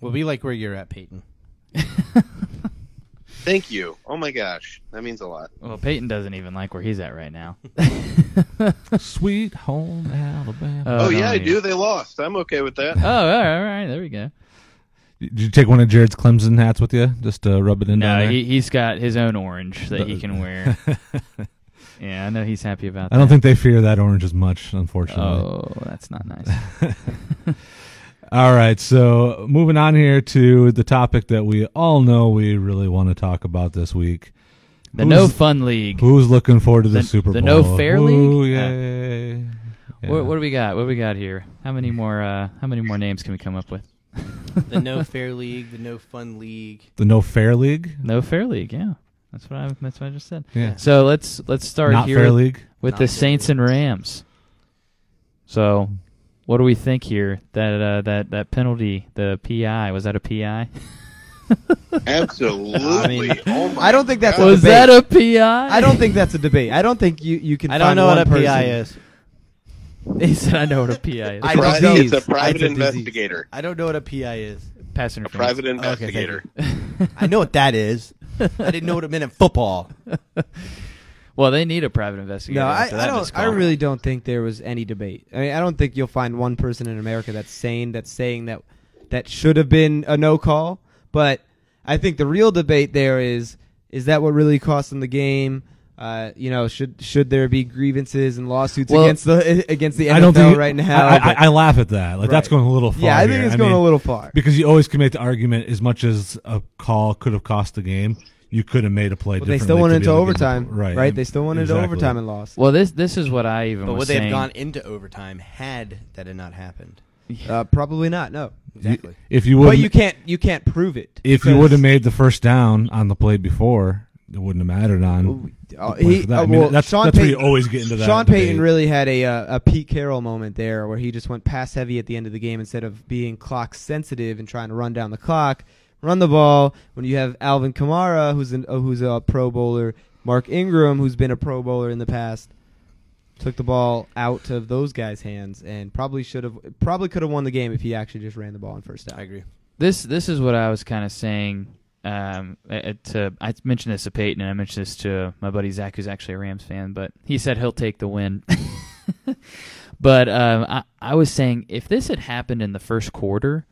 Well, we like where you're at, Peyton.
Thank you. Oh my gosh, that means a lot.
Well, Peyton doesn't even like where he's at right now.
Sweet home Alabama.
Oh, yeah,
no,
I
you-
do. They lost. I'm okay with that.
Oh, all right, all right, there we go.
Did you take one of Jared's Clemson hats with you just to rub it in? down
No,
there?
he he's got his own orange that he
The-
can wear. yeah, I know he's happy about.
I don't
that.
think they fear that orange as much, unfortunately.
Oh, that's not nice.
All right, so moving on here to the topic that we all know we really want to talk about this week.
The
Who's-
No Fun League.
Who's looking forward to the,
The-
Super
the
Bowl?
No Fair League?
Ooh,
Uh,
yay. Yeah.
What, what do we got? What do we got here? How many more? Uh, how many more names can we come up with?
The No Fair League, the No Fun League.
the No Fair League?
No Fair League. Yeah, that's what I. That's what I just said.
Yeah.
So let's let's start
Not
here
Fair
with-
League?
with
Not
the
Fair
Saints and Rams. So, what do we think here? That uh, that that penalty, the PI, was that a PI?
Absolutely. oh my
I don't think that's
God.
a
was
debate.
that a PI?
I don't think that's a debate. I don't think you, you can.
I don't
find
know what
one
a
person.
PI is.
He said, "I know what a PI is."
I
Pri-
don't
it's a
disease.
private
It's a disease.
investigator.
I don't know what a PI is.
Pass
A
interference.
private
thank you.
investigator.
I know what that is. I didn't know what it meant in football.
Well, they need a private investigator.
No, I,
after
I
that
don't.
missed
I
call.
really don't think there was any debate. I mean, I don't think you'll find one person in America that's sane that's saying that that should have been a no call. But I think the real debate there is is that what really cost them the game? Uh, you know, should should there be grievances and lawsuits
Well,
against the against the NFL
I don't think
right now?
I, I,
but-
I laugh at that. Like that's
Right.
going a little far.
yeah, I think
here.
it's going
mean,
a little far.
because you always can make the argument as much as a call could have cost the game, you could have made a play.
But they
differently
still went
to be
into
able to get the-
overtime,
right?
right? They still went
Exactly.
into overtime and lost.
Well, this this is what I even
But
was
would they have
saying.
gone into overtime had that had not happened?
Uh, probably not. No,
Exactly.
If you would,
but you can't you can't prove it.
If you
because-
would have made the first down on the play before, it wouldn't have mattered on.
Oh,
the play
he-
for that.
oh,
I mean,
well,
that's,
Sean
that's where you
Payton-
always get into that.
Sean
debate.
Payton really had a uh, a Pete Carroll moment there where he just went pass heavy at the end of the game instead of being clock sensitive and trying to run down the clock, run the ball. When you have Alvin Kamara, who's an, uh, who's a Pro Bowler, Mark Ingram, who's been a Pro Bowler in the past, took the ball out of those guys' hands and probably should have probably could have won the game if he actually just ran the ball in first down.
I agree.
this this is what I was kind of saying. Um, uh, to I mentioned this to Peyton, and I mentioned this to my buddy Zach, who's actually a Rams fan, but he said he'll take the win. but um, I I was saying if this had happened in the first quarter,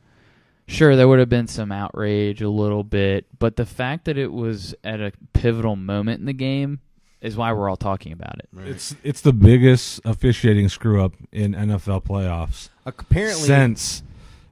sure there would have been some outrage a little bit, but the fact that it was at a pivotal moment in the game is why we're all talking about it.
It's it's the biggest officiating screw up in NFL playoffs
Apparently,
since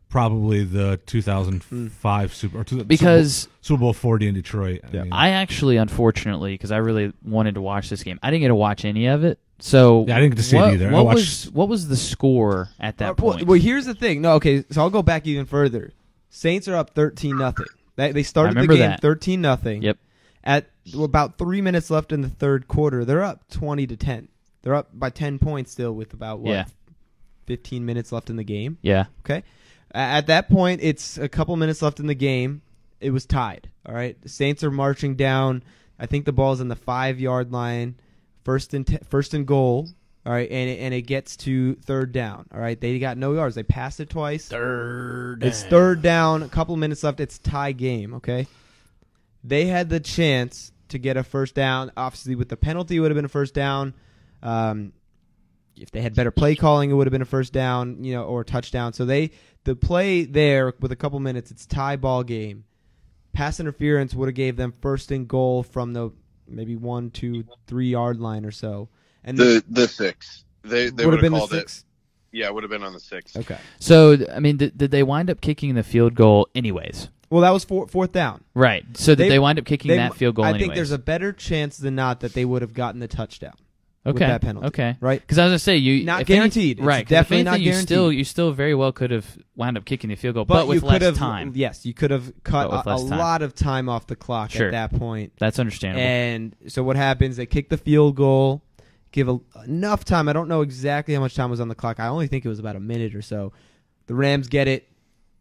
probably the 2005 Super or two,
Because
Super Bowl, Super Bowl 40 in Detroit. I mean,
I actually, unfortunately, because I really wanted to watch this game, I didn't get to watch any of it. So
Yeah, I didn't get to see it
what-
either. I
What
watched-
was what was the score at that
Uh, well-
point?
Well, here's the thing. No, okay, so I'll go back even further. Saints are up 13 nothing. They they started the
remember
game
that.
13 nothing.
Yep.
At about 3 minutes left in the third quarter, they're up 20 to 10. They're up by 10 points still with about what?
Yeah.
15 minutes left in the game.
yeah,
Okay. A- At that point, it's a couple minutes left in the game. It was tied. All right. The Saints are marching down. I think the ball's on the five yard line, first and te- first and goal. All right, and it, and it gets to third down. All right, they got no yards. They passed it twice.
third.
It's third down. A couple minutes left. It's tie game. Okay, they had the chance to get a first down. Obviously, with the penalty, it would have been a first down. Um, if they had better play calling, it would have been a first down, you know, or a touchdown. So they the play there with a couple minutes, it's tie ball game. Pass interference would have gave them first and goal from the maybe one, two, three yard line or so, and
The the six. They they
would've
would have
been the
called it.
six.
Yeah, it would have been on the six.
Okay,
So th- I mean, did, did they wind up kicking the field goal anyways?
well that was four, fourth down.
Right. So did
They-
they, wind up kicking
They-
that field goal
I
anyways?
think there's a better chance than not that they would have gotten the touchdown.
okay.
with that penalty,
Okay.
right?
Because I was gonna say you
Not
if any-
guaranteed. It's
right? 'cause if
definitely not
anything, you Still,
guaranteed.
you still very well could have wound up kicking the field goal, but, with
you could
less
have,
time.
Yes, you could have cut
But with
a, a
less time.
lot of time off the clock
Sure.
at that point.
That's understandable.
And so what happens? They kick the field goal, give a, enough time. I don't know exactly how much time was on the clock. I only think it was about a minute or so. The Rams get it,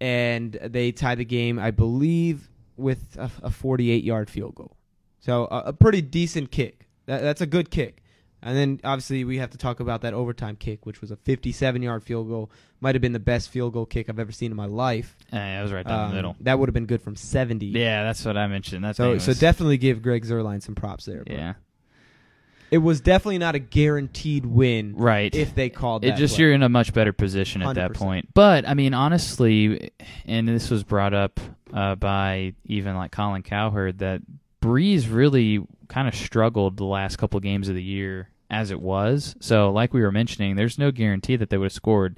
and they tie the game, I believe, with a, a 48 yard field goal. So a, a pretty decent kick. That, that's a good kick. And then obviously we have to talk about that overtime kick, which was a 57 yard field goal. Might have been the best field goal kick I've ever seen in my life.
Eh, I was right down
Um,
the middle.
That would have been good from 70.
Yeah, that's what I mentioned. That's
So, so definitely give Greg Zerline some props there. bro.
yeah,
It was definitely not a guaranteed win
right.
if they called
it
that
just
play.
you're in a much better position at
100%.
that point. But I mean, honestly, and this was brought up uh, by even like Colin Cowherd that Breeze really kind of struggled the last couple games of the year as it was. So, like we were mentioning, there's no guarantee that they would have scored.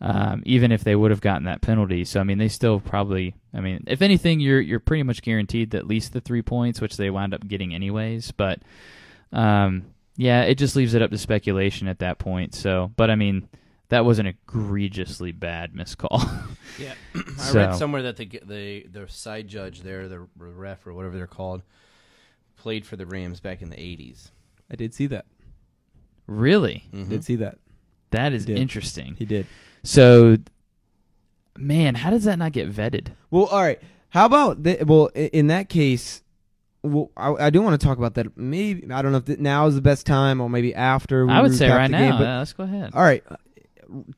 Um, even if they would have gotten that penalty, so I mean, they still probably. I mean, if anything, you're you're pretty much guaranteed that at least the three points, which they wound up getting anyways. But um, yeah, it just leaves it up to speculation at that point. So, but I mean, that was an egregiously bad miscall.
Yeah, I
So-
read somewhere that the the the side judge there, the ref or whatever they're called, played for the Rams back in the '80s.
I did see that.
really,
I Did see that.
that is
He did.
interesting.
He did.
So, man, how does that not get vetted?
Well, all right. How about th- well i- in that case? Well, I, I do want to talk about that. Maybe I don't know if th- now is the best time or maybe after. We
I would
recap
say right
the game,
now.
but-
uh, let's go ahead.
all right.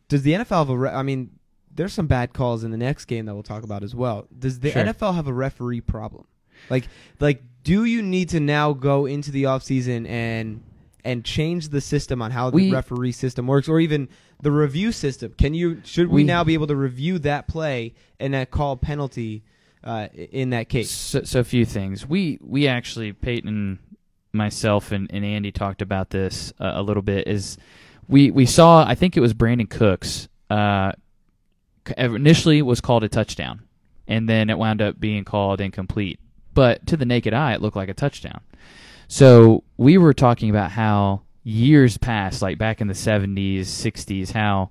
Does the NFL have a? Re- I mean, there's some bad calls in the next game that we'll talk about as well. Does the
Sure.
NFL have a referee problem? Like, like, do you need to now go into the offseason and and change the system on how
We-
the referee system works, or even the review system? Can you should we,
We-
now be able to review that play and that call penalty uh, i- in that case?
So, so a few things. We we actually Peyton, myself, and, and Andy talked about this uh, a little bit. Is we we saw I think it was Brandon Cooks. Uh, c- initially was called a touchdown, and then it wound up being called incomplete. But to the naked eye, it looked like a touchdown. So we were talking about how years past, like back in the seventies, sixties, how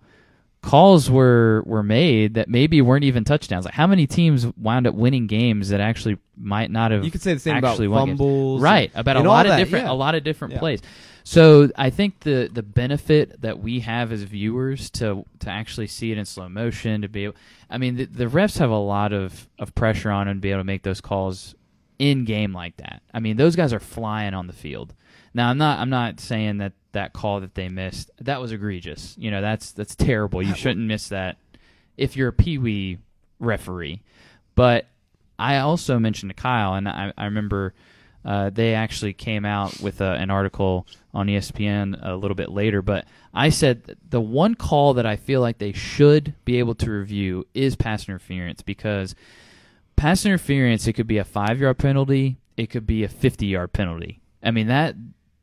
calls were were made that maybe weren't even touchdowns. Like how many teams wound up winning games that actually might not have
You could say the same about
actually won games.
fumbles,
right? About a
and all
lot of
that,
different
yeah.
a lot of different
Yeah.
plays. So I think the the benefit that we have as viewers to to actually see it in slow motion to be able, I mean the, the refs have a lot of of pressure on them to be able to make those calls in game like that. I mean those guys are flying on the field. Now I'm not I'm not saying that that call that they missed that was egregious. You know that's that's terrible. You shouldn't miss that if you're a pee wee referee. But I also mentioned to Kyle, and I, I remember uh, they actually came out with a, an article on E ESPN a little bit later. But I said th- the one call that I feel like they should be able to review is pass interference because pass interference it could be a five yard penalty, it could be a fifty yard penalty. I mean that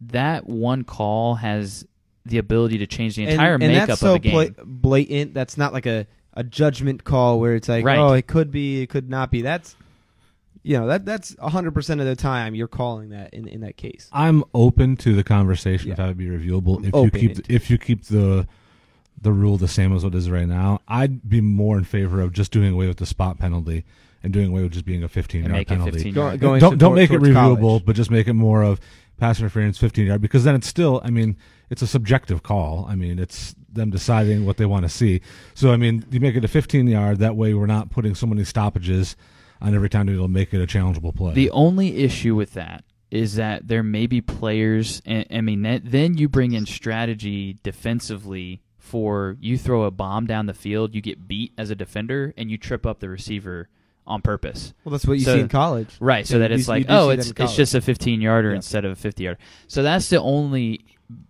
that one call has the ability to change the entire
and,
makeup
and that's so
of a game.
bla- blatant. That's not like a, a judgment call where it's like,
Right.
oh, it could be, it could not be. That's you know that that's hundred percent of the time you're calling that in, in that case.
I'm open to the conversation
Yeah.
if that would be reviewable. If
open
you keep
it.
if you keep the the rule the same as what it is right now, I'd be more in favor of just doing away with the spot penalty and doing away with just being a 15
and
yard
make it
penalty.
15
Go-
yard.
go going
don't
to-
don't
toward-
make it
towards
reviewable,
college.
but just make it more of pass interference 15 yard because then it's still. I mean, it's a subjective call. I mean, it's them deciding what they want to see. So I mean, you make it a 15 yard. That way, we're not putting so many stoppages on every time it'll make it a challengeable play.
The only issue with that is that there may be players. And, I mean, that, then you bring in strategy defensively for you throw a bomb down the field, you get beat as a defender, and you trip up the receiver on purpose.
Well, that's what you
So-
see in college,
Right, so
Yeah,
that
you-
it's
you
like,
do see
oh,
that
it's
in
it's
college.
just a 15 yarder
Yeah.
instead of a 50 yarder. So that's the only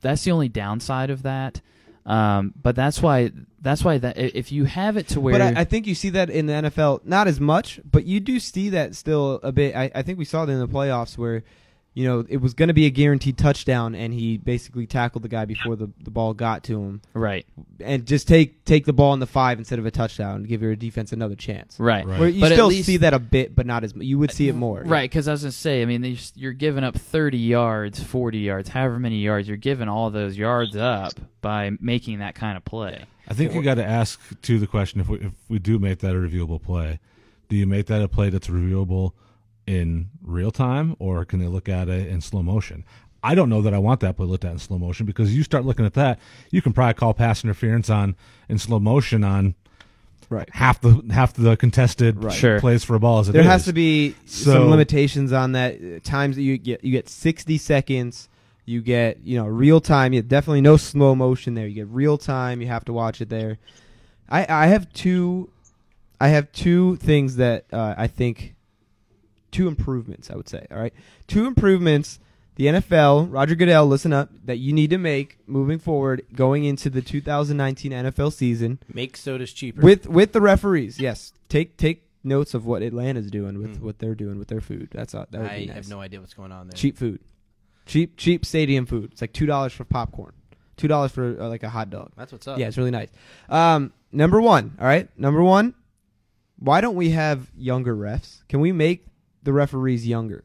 that's the only downside of that. Um, but that's why that's why that i- if you have it to where
But I, I think you see that in the NFL, not as much, but you do see that still a bit. I, I think we saw it in the playoffs where you know, it was going to be a guaranteed touchdown, and he basically tackled the guy before the, the ball got to him.
Right.
And just take take the ball in the five instead of a touchdown and give your defense another chance.
Right.
Right.
Where you
But at
still
least- Uh,
see that a bit, but not as mu- you would see it more.
Right, because I was gonna say, I mean, you're, you're giving up 30 yards, 40 yards, however many yards, you're giving all those yards up by making that kind of play.
I think you got to ask too the question if we if we do make that a reviewable play, do you make that a play that's reviewable in real time, or can they look at it in slow motion? I don't know that I want that play looked at in slow motion because you start looking at that, you can probably call pass interference on in slow motion on
Right.
half the half the contested
Right.
Sure.
plays for a ball. As it
There has
is.
to be
So-
some limitations on that. uh, Times that you get, you get sixty seconds. You get, you know, real time. You definitely no slow motion there. You get real time. You have to watch it there. I, I have two, I have two things that uh, I think, two improvements. I would say, all right, two improvements. The NFL, Roger Goodell, listen up. That you need to make moving forward, going into the 2019 NFL season,
Make sodas cheaper.
with with the referees. Yes, take take notes of what Atlanta's doing with what they're doing with their food. That's all, that would
Hmm. I
be nice.
have no idea what's going on there.
cheap food, cheap cheap stadium food. It's like two dollars for popcorn, two dollars for uh, like a hot dog.
That's what's up.
Yeah, it's really nice. Um, number one, all right, number one. Why don't we have younger refs? Can we make the referees younger?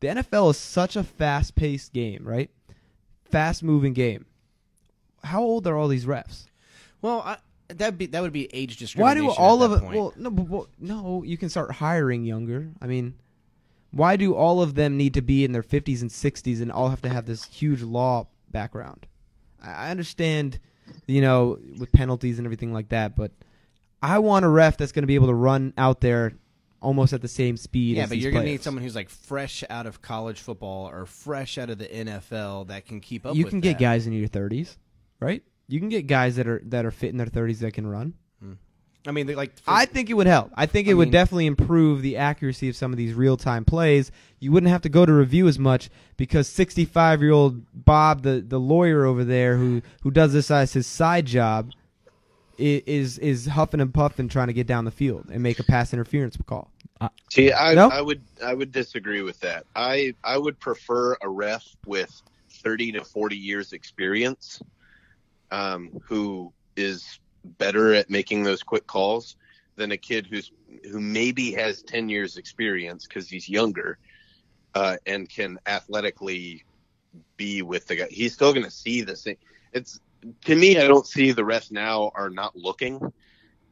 The NFL is such a fast-paced game, right? Fast-moving game. How old are all these refs?
Well, I, that'd be that would be age
Why
discrimination.
do all of
at that
it?
point.
Well, no, but, well, no, you can start hiring younger. I mean, why do all of them need to be in their fifties and sixties and all have to have this huge law background? I I understand, you know, with penalties and everything like that, but I want a ref that's going to be able to run out there almost at the same speed.
yeah,
as
but
these
you're gonna need
players.
someone who's like fresh out of college football or fresh out of the NFL that can keep up.
You
with
can get
that.
guys in your thirties, right? You can get guys that are that are fit in their thirties that can run.
I mean, they're like for-
I think it would help. I think it
I
would
mean-
definitely improve the accuracy of some of these real time plays. You wouldn't have to go to review as much because 65 year old Bob, the, the lawyer over there who, who does this as his side job, i- is is huffing and puffing trying to get down the field and make a pass interference call.
See, I,
No?
I would I would disagree with that. I I would prefer a ref with thirty to forty years experience, um, who is better at making those quick calls than a kid who's who maybe has ten years experience because he's younger, uh, and can athletically be with the guy. He's still going to see the same. It's to me, I don't see the refs now are not looking.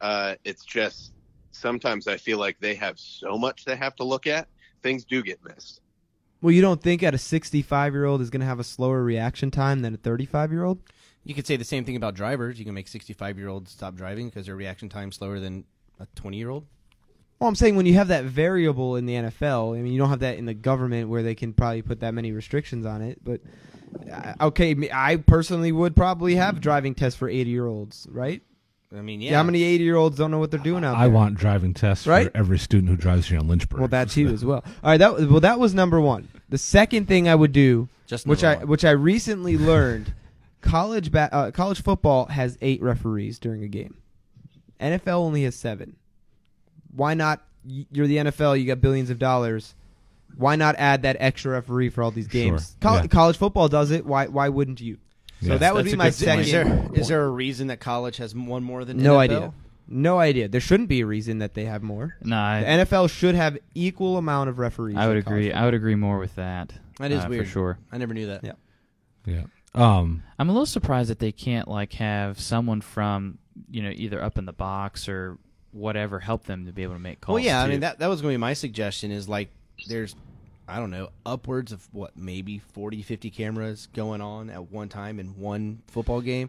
Uh, it's just sometimes I feel like they have so much they have to look at. Things do get missed.
Well, you don't think at a 65 year old is going to have a slower reaction time than a 35 year old?
you could say the same thing about drivers. You can make 65 year olds stop driving because their reaction time's slower than a 20 year old.
Well, I'm saying when you have that variable in the NFL, I mean, you don't have that in the government where they can probably put that many restrictions on it. But uh, okay, me- I personally would probably have driving tests for 80 year olds, right?
I mean,
Yeah.
yeah.
how many 80 year olds don't know what they're doing out
I
there?
want driving tests
Right?
for every student who drives here on Lynchburg.
Well, that too as well. All right, that was, well that was number one. The second thing I would do,
Just
which I
number one.
which I recently learned, college ba- uh, college football has eight referees during a game. NFL only has seven. Why not? y- You're the NFL. You got billions of dollars. Why not add that extra referee for all these games?
Sure,
Col-
yeah.
College football does it. Why? Why wouldn't you? So
Yeah.
that would
That's
be
a
my
good point.
second.
Is there, is there a reason that college has one more than
no
NFL?
idea. No idea. There shouldn't be a reason that they have more.
No, I,
The NFL should have equal amount of referees.
I would
in college
agree. I would agree more with that.
That is
uh,
weird.
for sure.
I never knew that.
Yeah.
yeah. Um,
I'm a little surprised that they can't like have someone from you know either up in the box or whatever help them to be able to make calls.
Well, yeah. I
too.
mean, that that was going to be my suggestion. Is like there's, I don't know, upwards of what maybe 40, 50 cameras going on at one time in one football game.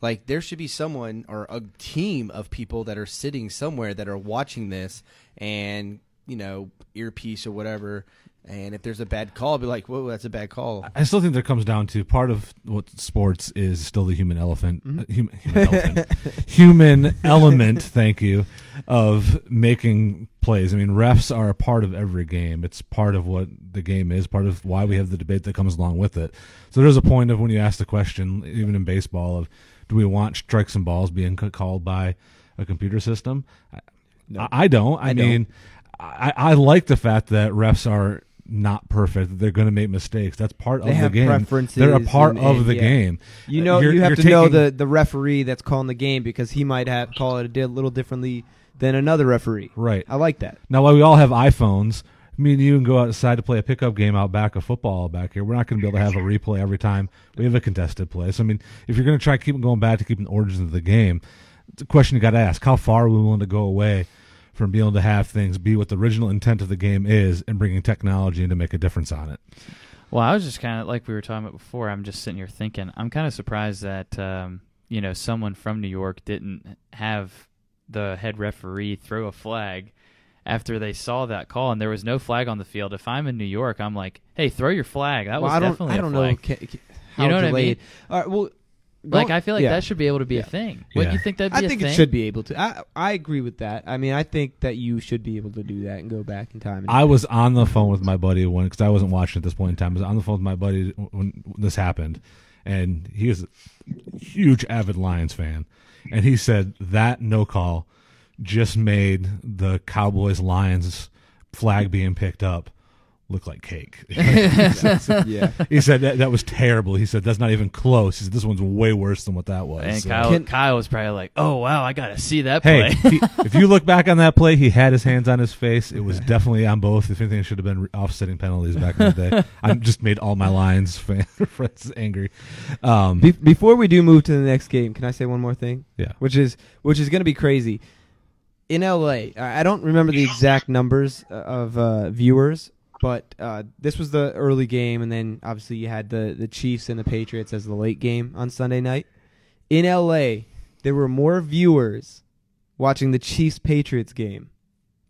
Like there should be someone or a team of people that are sitting somewhere that are watching this and you know earpiece or whatever. And if there's a bad call, be like, whoa, that's a bad call.
I still think there comes down to part of what sports is still the human elephant, uh, human, human, elephant human element. Thank you, of making plays. I mean, refs are a part of every game. It's part of what the game is. Part of why we have the debate that comes along with it. So there's a point of when you ask the question, even in baseball, of do we want strikes and balls being c- called by a computer system? I, I don't. I, mean, I, I like the fact that refs are not perfect. They're going to make mistakes. That's part
They
of the
have
game.
preferences
They're a part
and-
of
and,
the
yeah.
game.
You know,
You're-
you have
you're
to know
taking-
the, the referee that's calling the game because he might have call it a di- little differently than another referee.
Right.
I like that.
Now, while we all have iPhones, me and you can go outside to play a pickup game out back of football back here. We're not going to be able to have a replay every time we have a contested play. So, I mean, if you're going to try to keep going back to keeping the origins of the game, it's a question you got to ask: How far are we willing to go away from being able to have things be what the original intent of the game is, and bringing technology in to make a difference on it?
Well, I was just kind of like we were talking about before. I'm just sitting here thinking. I'm kind of surprised that um, you know someone from New York didn't have the head referee throw a flag after they saw that call, and there was no flag on the field. If I'm in New York, I'm like, hey, throw your flag. That
well,
was
I don't,
definitely
I
a
don't
flag.
know ca- ca- how
know what I
delayed. All right, well,
Like
don't-
I feel like
yeah.
that should be able to be a
Yeah.
thing. Wouldn't
Yeah.
you think that'd be
I
a
think
thing?
it should be able to. I I agree with that. I mean, I think that you should be able to do that and go back in time. And,
I was on the phone with my buddy when because I wasn't watching at this point in time. I was on the phone with my buddy when this happened, and he was a huge avid Lions fan, and he said that no call just made the Cowboys Lions flag being picked up look like cake.
yeah.
he said that that was terrible. He said that's not even close. He said this one's way worse than what that was.
And
So-
Kyle,
Can-
Kyle was probably like, "Oh wow, I gotta see that
Hey,
play."
he- if you look back on that play, he had his hands on his face. It was definitely on both. If anything, it should have been re- offsetting penalties back in the day. I just made all my Lions fan friends angry. Um,
Be- before we do move to the next game, can I say one more thing?
Yeah.
Which is which is going to be crazy. In LA, I I don't remember the exact numbers uh, of uh, viewers, but uh, this was the early game, and then obviously you had the the Chiefs and the Patriots as the late game on Sunday night. In LA, there were more viewers watching the Chiefs Patriots game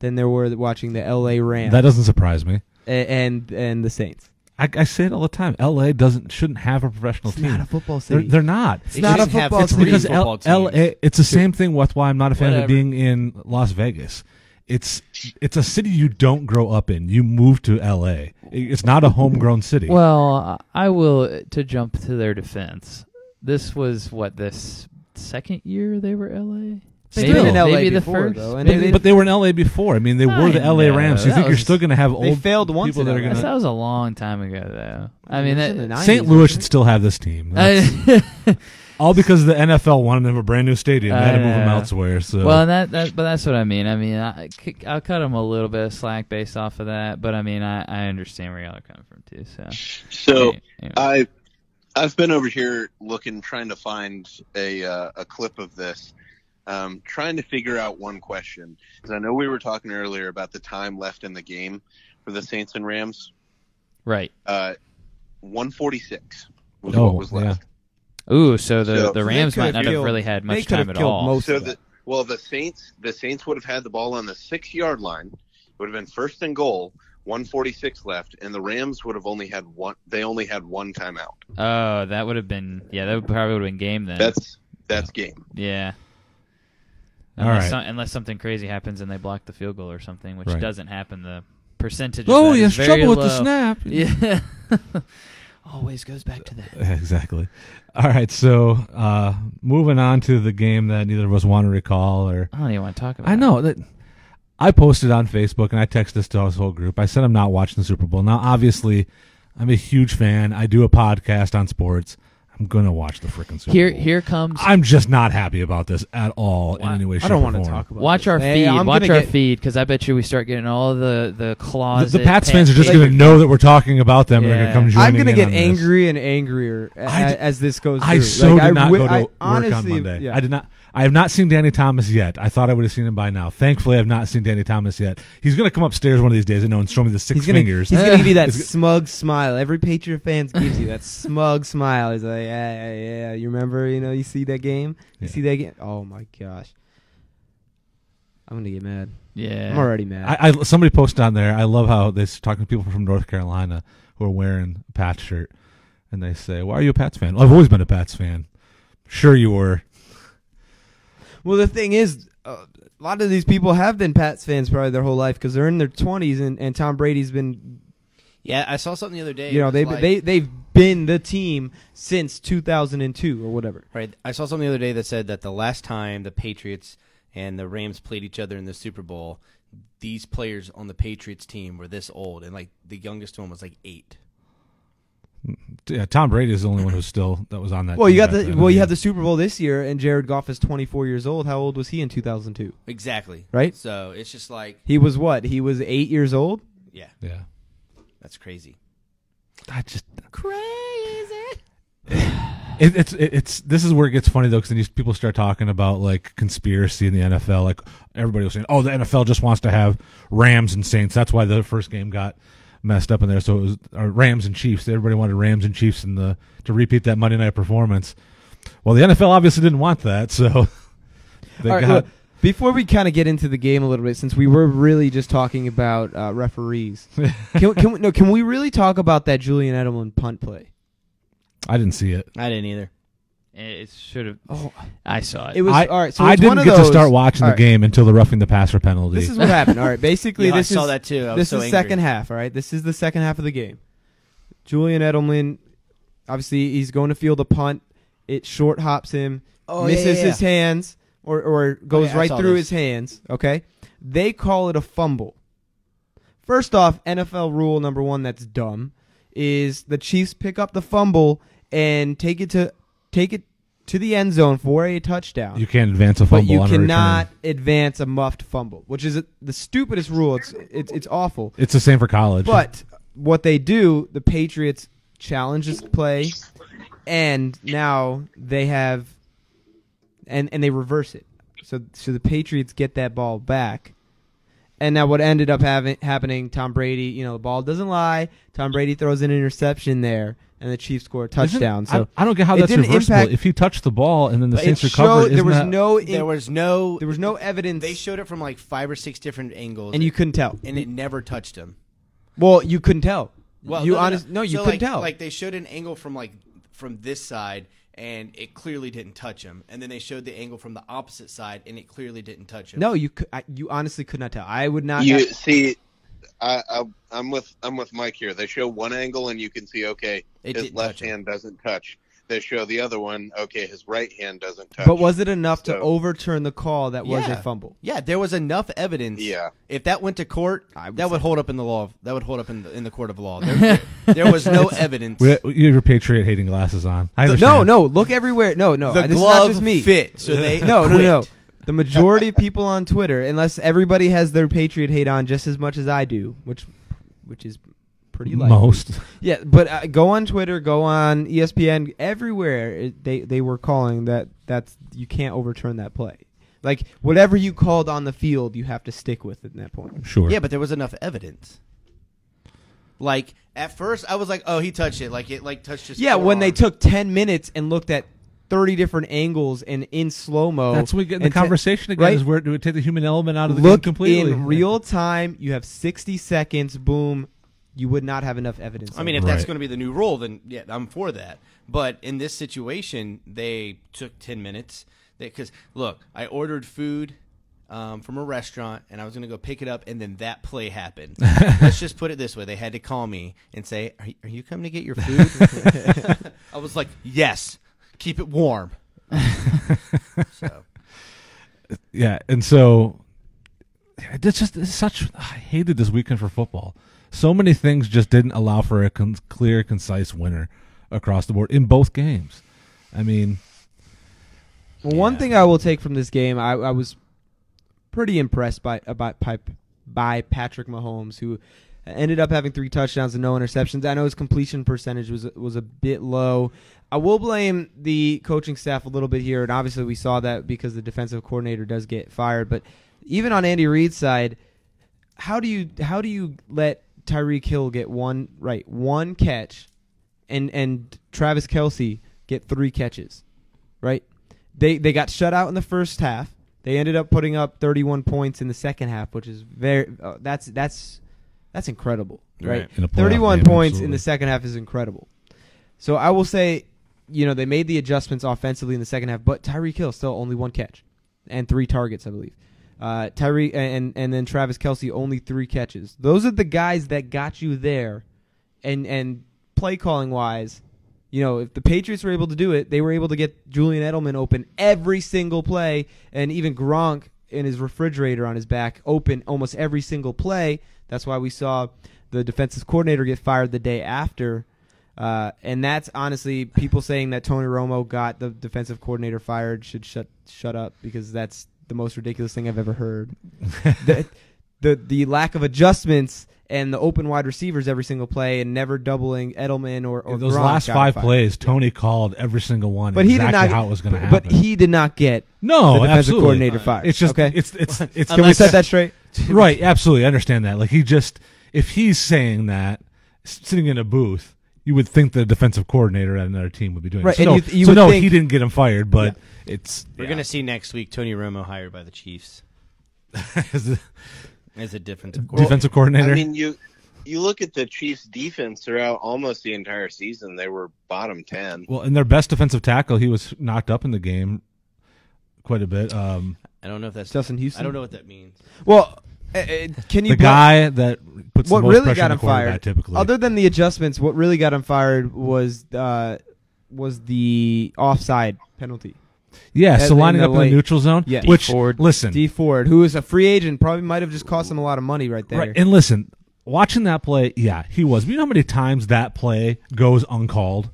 than there were watching the LA Rams
that doesn't surprise me.
a- and and the Saints.
I, I say it all the time. L.A. doesn't shouldn't have a professional
It's
team.
not a football
they're,
city.
they're not.
it's not a
shouldn't have
football
It's
city.
three
because
football
L-
teams.
L.A. It's the same thing with why I'm not a fan
Whatever.
of being in Las Vegas. It's it's a city you don't grow up in. You move to L.A. It's not a homegrown city.
Well, I will uh, to jump to their defense. This was what this second year they were LA.
They've
maybe
been in
LA
maybe the
before,
first.
though, and
But,
they-
but they were in LA before. I mean, they were
I
the LA
know.
Rams. You
That
think you're
was-
still going to have
they
old
failed once
people
in
that are
LA.
going
That
to.
was a long time ago, though. I mean,
It was in the
that,
90s,
St. Louis
wasn't
should
it?
still have this team. That's- all because the NFL wanted them a brand new stadium. They had to
I
move them
know.
elsewhere. So
Well, and that, that but that's what I mean. I mean, I, will cut them a little bit of slack based off of that, but I mean, I, I understand where y'all are coming from too. So,
So uh,
Anyway.
I, I've been over here looking, trying to find a uh, a clip of this, um, trying to figure out one question because I know we were talking earlier about the time left in the game for the Saints and Rams.
right.
Uh, one forty six was
Oh,
what was left.
Ooh, so the,
So-
the Rams
They
might
could've
not have
killed-
really had
they
much
could've
time at
killed
all.
most
So
of
the
it.
well, the Saints the Saints would have had the ball on the six yard line. It would have been first and goal. 146 left, and the Rams would have only had one. They only had one timeout.
Oh, that would have been yeah, that would probably would have been game then.
That's that's game.
yeah.
All
Unless,
right.
some- unless something crazy happens and they block the field goal or something, which
Right.
doesn't happen, the percentage. of
Oh,
that
he
is
has
very
trouble with the
low.
snap.
Yeah. Always goes back to that.
exactly. All right. So uh, moving on to the game that neither of us want to recall or
I don't even want to talk about.
I
it.
know that I posted on Facebook and I texted this to our whole group. I said I'm not watching the Super Bowl. Now obviously I'm a huge fan. I do a podcast on sports. I'm gonna watch the freaking Super
Here,
Bowl.
here comes.
I'm just not happy about this at all in
Why-
any way, shape,
I don't
or
want to
form.
talk about.
Watch
this.
our
Hey,
feed.
I'm
watch
gonna
our
get-
feed because I bet you we start getting all the the
The,
claws.
the Pats fans are just going to know that we're talking about them. and They're going
Yeah.
to come join.
I'm gonna
in
get
on this.
angry and angrier a-
I d-
as this goes.
I
through.
so
Like,
did not
wi-
go to
I
work on
honestly-
Monday.
yeah.
I did not. I have not seen Danny Thomas yet. I thought I would have seen him by now. Thankfully, I've not seen Danny Thomas yet. He's going to come upstairs one of these days and know and show me the 6
He's gonna,
fingers.
he's gonna give you that smug smile. Every Patriot fan gives you that smug smile. He's like, yeah, yeah, yeah. You remember? You know, you see that game?
Yeah.
You see that game? Oh my gosh, I'm gonna get mad.
Yeah.
I'm already mad.
I, I somebody posted on there. I love how they're talking to people from North Carolina who are wearing a Pats shirt, and they say, "Why are you a Pats fan?" Well, I've always been a Pats fan. Sure, you were.
Well, the thing is, uh, a lot of these people have been Pats fans probably their whole life because they're in their 20s, and, and Tom Brady's been,
Yeah, I saw something the other day.
you
It
know,
was
they
like-
they they've been the team since 2002 or whatever.
Right. I saw something the other day that said that the last time the Patriots and the Rams played each other in the Super Bowl, these players on the Patriots team were this old, and like the youngest one was like eight.
Yeah, Tom Brady is the only one who's still that was on that.
Well, you
team
got
back
the
then.
well, you
Yeah.
have the Super Bowl this year, and Jared Goff is 24 years old. How old was he in 2002?
Exactly.
Right.
So it's just like,
He was what? He was eight years old.
yeah,
Yeah,
that's crazy.
I just
Crazy.
It, it's it, it's this is where it gets funny though, because then you, people start talking about like conspiracy in the NFL. Like everybody was saying, oh, the NFL just wants to have Rams and Saints. That's why the first game got messed up in there. So it was or Rams and Chiefs. Everybody wanted Rams and Chiefs in the to repeat that Monday night performance. Well, the NFL obviously didn't want that, so they
All right,
got
look, before we kind of get into the game a little bit, since we were really just talking about uh, referees, can, we- can we, no, can we really talk about that Julian Edelman punt play?
I didn't see it.
I didn't either.
It should have.
Oh,
I saw it.
it was
I,
all right. So
I
it's
didn't
one of
get
those,
to start watching
all
the
right,
game until the roughing the passer penalty.
This is what happened. All right, basically,
Yeah, I
this
saw
is
that too. I was
this
so
is
angry.
second half. All right, this is the second half of the game. Julian Edelman, obviously, he's going to field a punt. It short hops him,
Oh, yeah,
misses
yeah, yeah.
his hands, or or goes
yeah, I
right
saw
through his
this.
hands. Okay, they call it a fumble. First off, NFL rule number one that's dumb is the Chiefs pick up the fumble and take it to take it to the end zone for a touchdown
you can't advance a fumble.
but you
on a return.
cannot advance a muffed fumble, which is the stupidest rule. It's it's it's awful.
It's the same for college.
But what they do, the Patriots challenge this play, and now they have, and and they reverse it. So so the Patriots get that ball back, and now what ended up having happening? Tom Brady, you know, the ball doesn't lie. Tom Brady throws an interception there, and the Chiefs score a
Isn't-
touchdown. So.
I, I don't get how
it
that's
didn't
reversible.
impact-
if you touch the ball and then the
But
Saints
it
recover,
showed
isn't
there was
that-
no in-
There was no.
there was no evidence
They showed it from like five or six different angles,
and you couldn't tell
and it never touched him.
Well, you couldn't tell. Well, you
no, no,
honest no, you
So,
couldn't
like,
tell.
Like they showed an angle from like from this side, and it clearly didn't touch him. And then they showed the angle from the opposite side, and it clearly didn't touch him.
no, you cou- I, you honestly could not tell. I would not.
you
I-
see, I, I I'm with I'm with Mike here. They show one angle and you can see okay,
It
his
didn't
left
touch him.
hand doesn't touch. They show the other one, okay, his right hand doesn't touch.
but was it enough to
So-
overturn the call that was
Yeah.
a fumble?
Yeah, there was enough evidence.
Yeah.
If that went to court,
I would
that would hold up in the law. Of, that would hold up in the in the court of law. There, there was no evidence.
We- you have your Patriot hating glasses on. I
No,
understand.
no. Look everywhere. No, no.
the
this is not
glove
just me.
fit, so they
No, no,
quit.
no. The majority of people on Twitter, unless everybody has their Patriot hate on just as much as I do, which, which is pretty likely.
most.
Yeah, but uh, go on Twitter, go on E ESPN, everywhere. It, they they were calling that that's you can't overturn that play. Like whatever you called on the field, you have to stick with at that point.
Sure.
Yeah, but there was enough evidence. Like at first, I was like, "Oh, he touched it." Like it, like touched his.
Yeah, when they
forearm.
took ten minutes and looked at thirty different angles and in slow mo.
that's what we get in the conversation again.
right?
Is where do we take the human element out of the
Look
game completely?
in real time. You have sixty seconds. Boom. You would not have enough evidence.
I mean, if
Right.
that's going to be the new rule, then yeah, I'm for that. But in this situation, they took 10 minutes. Because, look, I ordered food um, from a restaurant and I was going to go pick it up, and then that play happened. Let's just put it this way they had to call me and say, Are, are you coming to get your food? I was like, Yes, keep it warm. so,
Yeah, and so it's just it's such. I hated this weekend for football. So many things just didn't allow for a con- clear, concise winner across the board in both games. I mean,
Well, one
Yeah.
thing I will take from this game, I, I was pretty impressed by about by, by Patrick Mahomes, who ended up having three touchdowns and no interceptions. I know his completion percentage was was a bit low. I will blame the coaching staff a little bit here, and obviously we saw that because the defensive coordinator does get fired. But even on Andy Reid's side, how do you how do you let Tyreek Hill get one right one catch, and and Travis Kelsey get three catches, right? They they got shut out in the first half. They ended up putting up 31 points in the second half, which is very uh, that's that's that's incredible, right?
Right.
in a playoff
31
game,
points in
absolutely.
the second half is incredible. So I will say, you know, they made the adjustments offensively in the second half, but Tyreek Hill still only one catch and three targets, I believe. Uh, Tyree and and then Travis Kelsey only three catches. Those are the guys that got you there, and and play calling wise, you know, if the Patriots were able to do it, they were able to get Julian Edelman open every single play, and even Gronk in his refrigerator on his back open almost every single play. That's why we saw the defensive coordinator get fired the day after. Uh, and that's honestly people saying that Tony Romo got the defensive coordinator fired should shut shut up because that's the most ridiculous thing I've ever heard. the, the the lack of adjustments and the open wide receivers every single play and never doubling Edelman or, or
Those
Gronk
last
got
five
fired.
plays, Tony called every single one.
But he
exactly
did not
how it was going to
but-
happen.
But he did not get
no,
the defensive
absolutely.
coordinator fired.
It's just
okay.
it's it's it's
Can we set that straight?
right absolutely i understand that like he just if he's saying that s- sitting in a booth you would think the defensive coordinator at another team would be doing
Right,
it.
and
So,
you- you
so
would
no,
think-
he didn't get him fired, but it's
We're gonna see next week Tony Romo hired by the Chiefs
as
as a defensive
a
coordinator.
defensive coordinator.
I mean, you you look at the Chiefs' defense throughout almost the entire season; they were bottom ten.
well, and their best defensive tackle, he was knocked up in the game quite a bit. Um,
I don't know if that's
Justin Houston.
I don't know what that means.
Well, uh, uh, can you
the guy that puts
what
the most
really
pressure
got
on the
him
quarterback
fired?
typically.
Other than the adjustments, what really got him fired was uh, was the offside penalty.
yeah,
at-
so
in
lining
the
up in the
late-
neutral zone,
Yeah.
which
Ford.
listen,
D Ford, who is a free agent, probably might have just cost him a lot of money right there.
Right. And listen, watching that play, yeah, he was. You know how many times that play goes uncalled?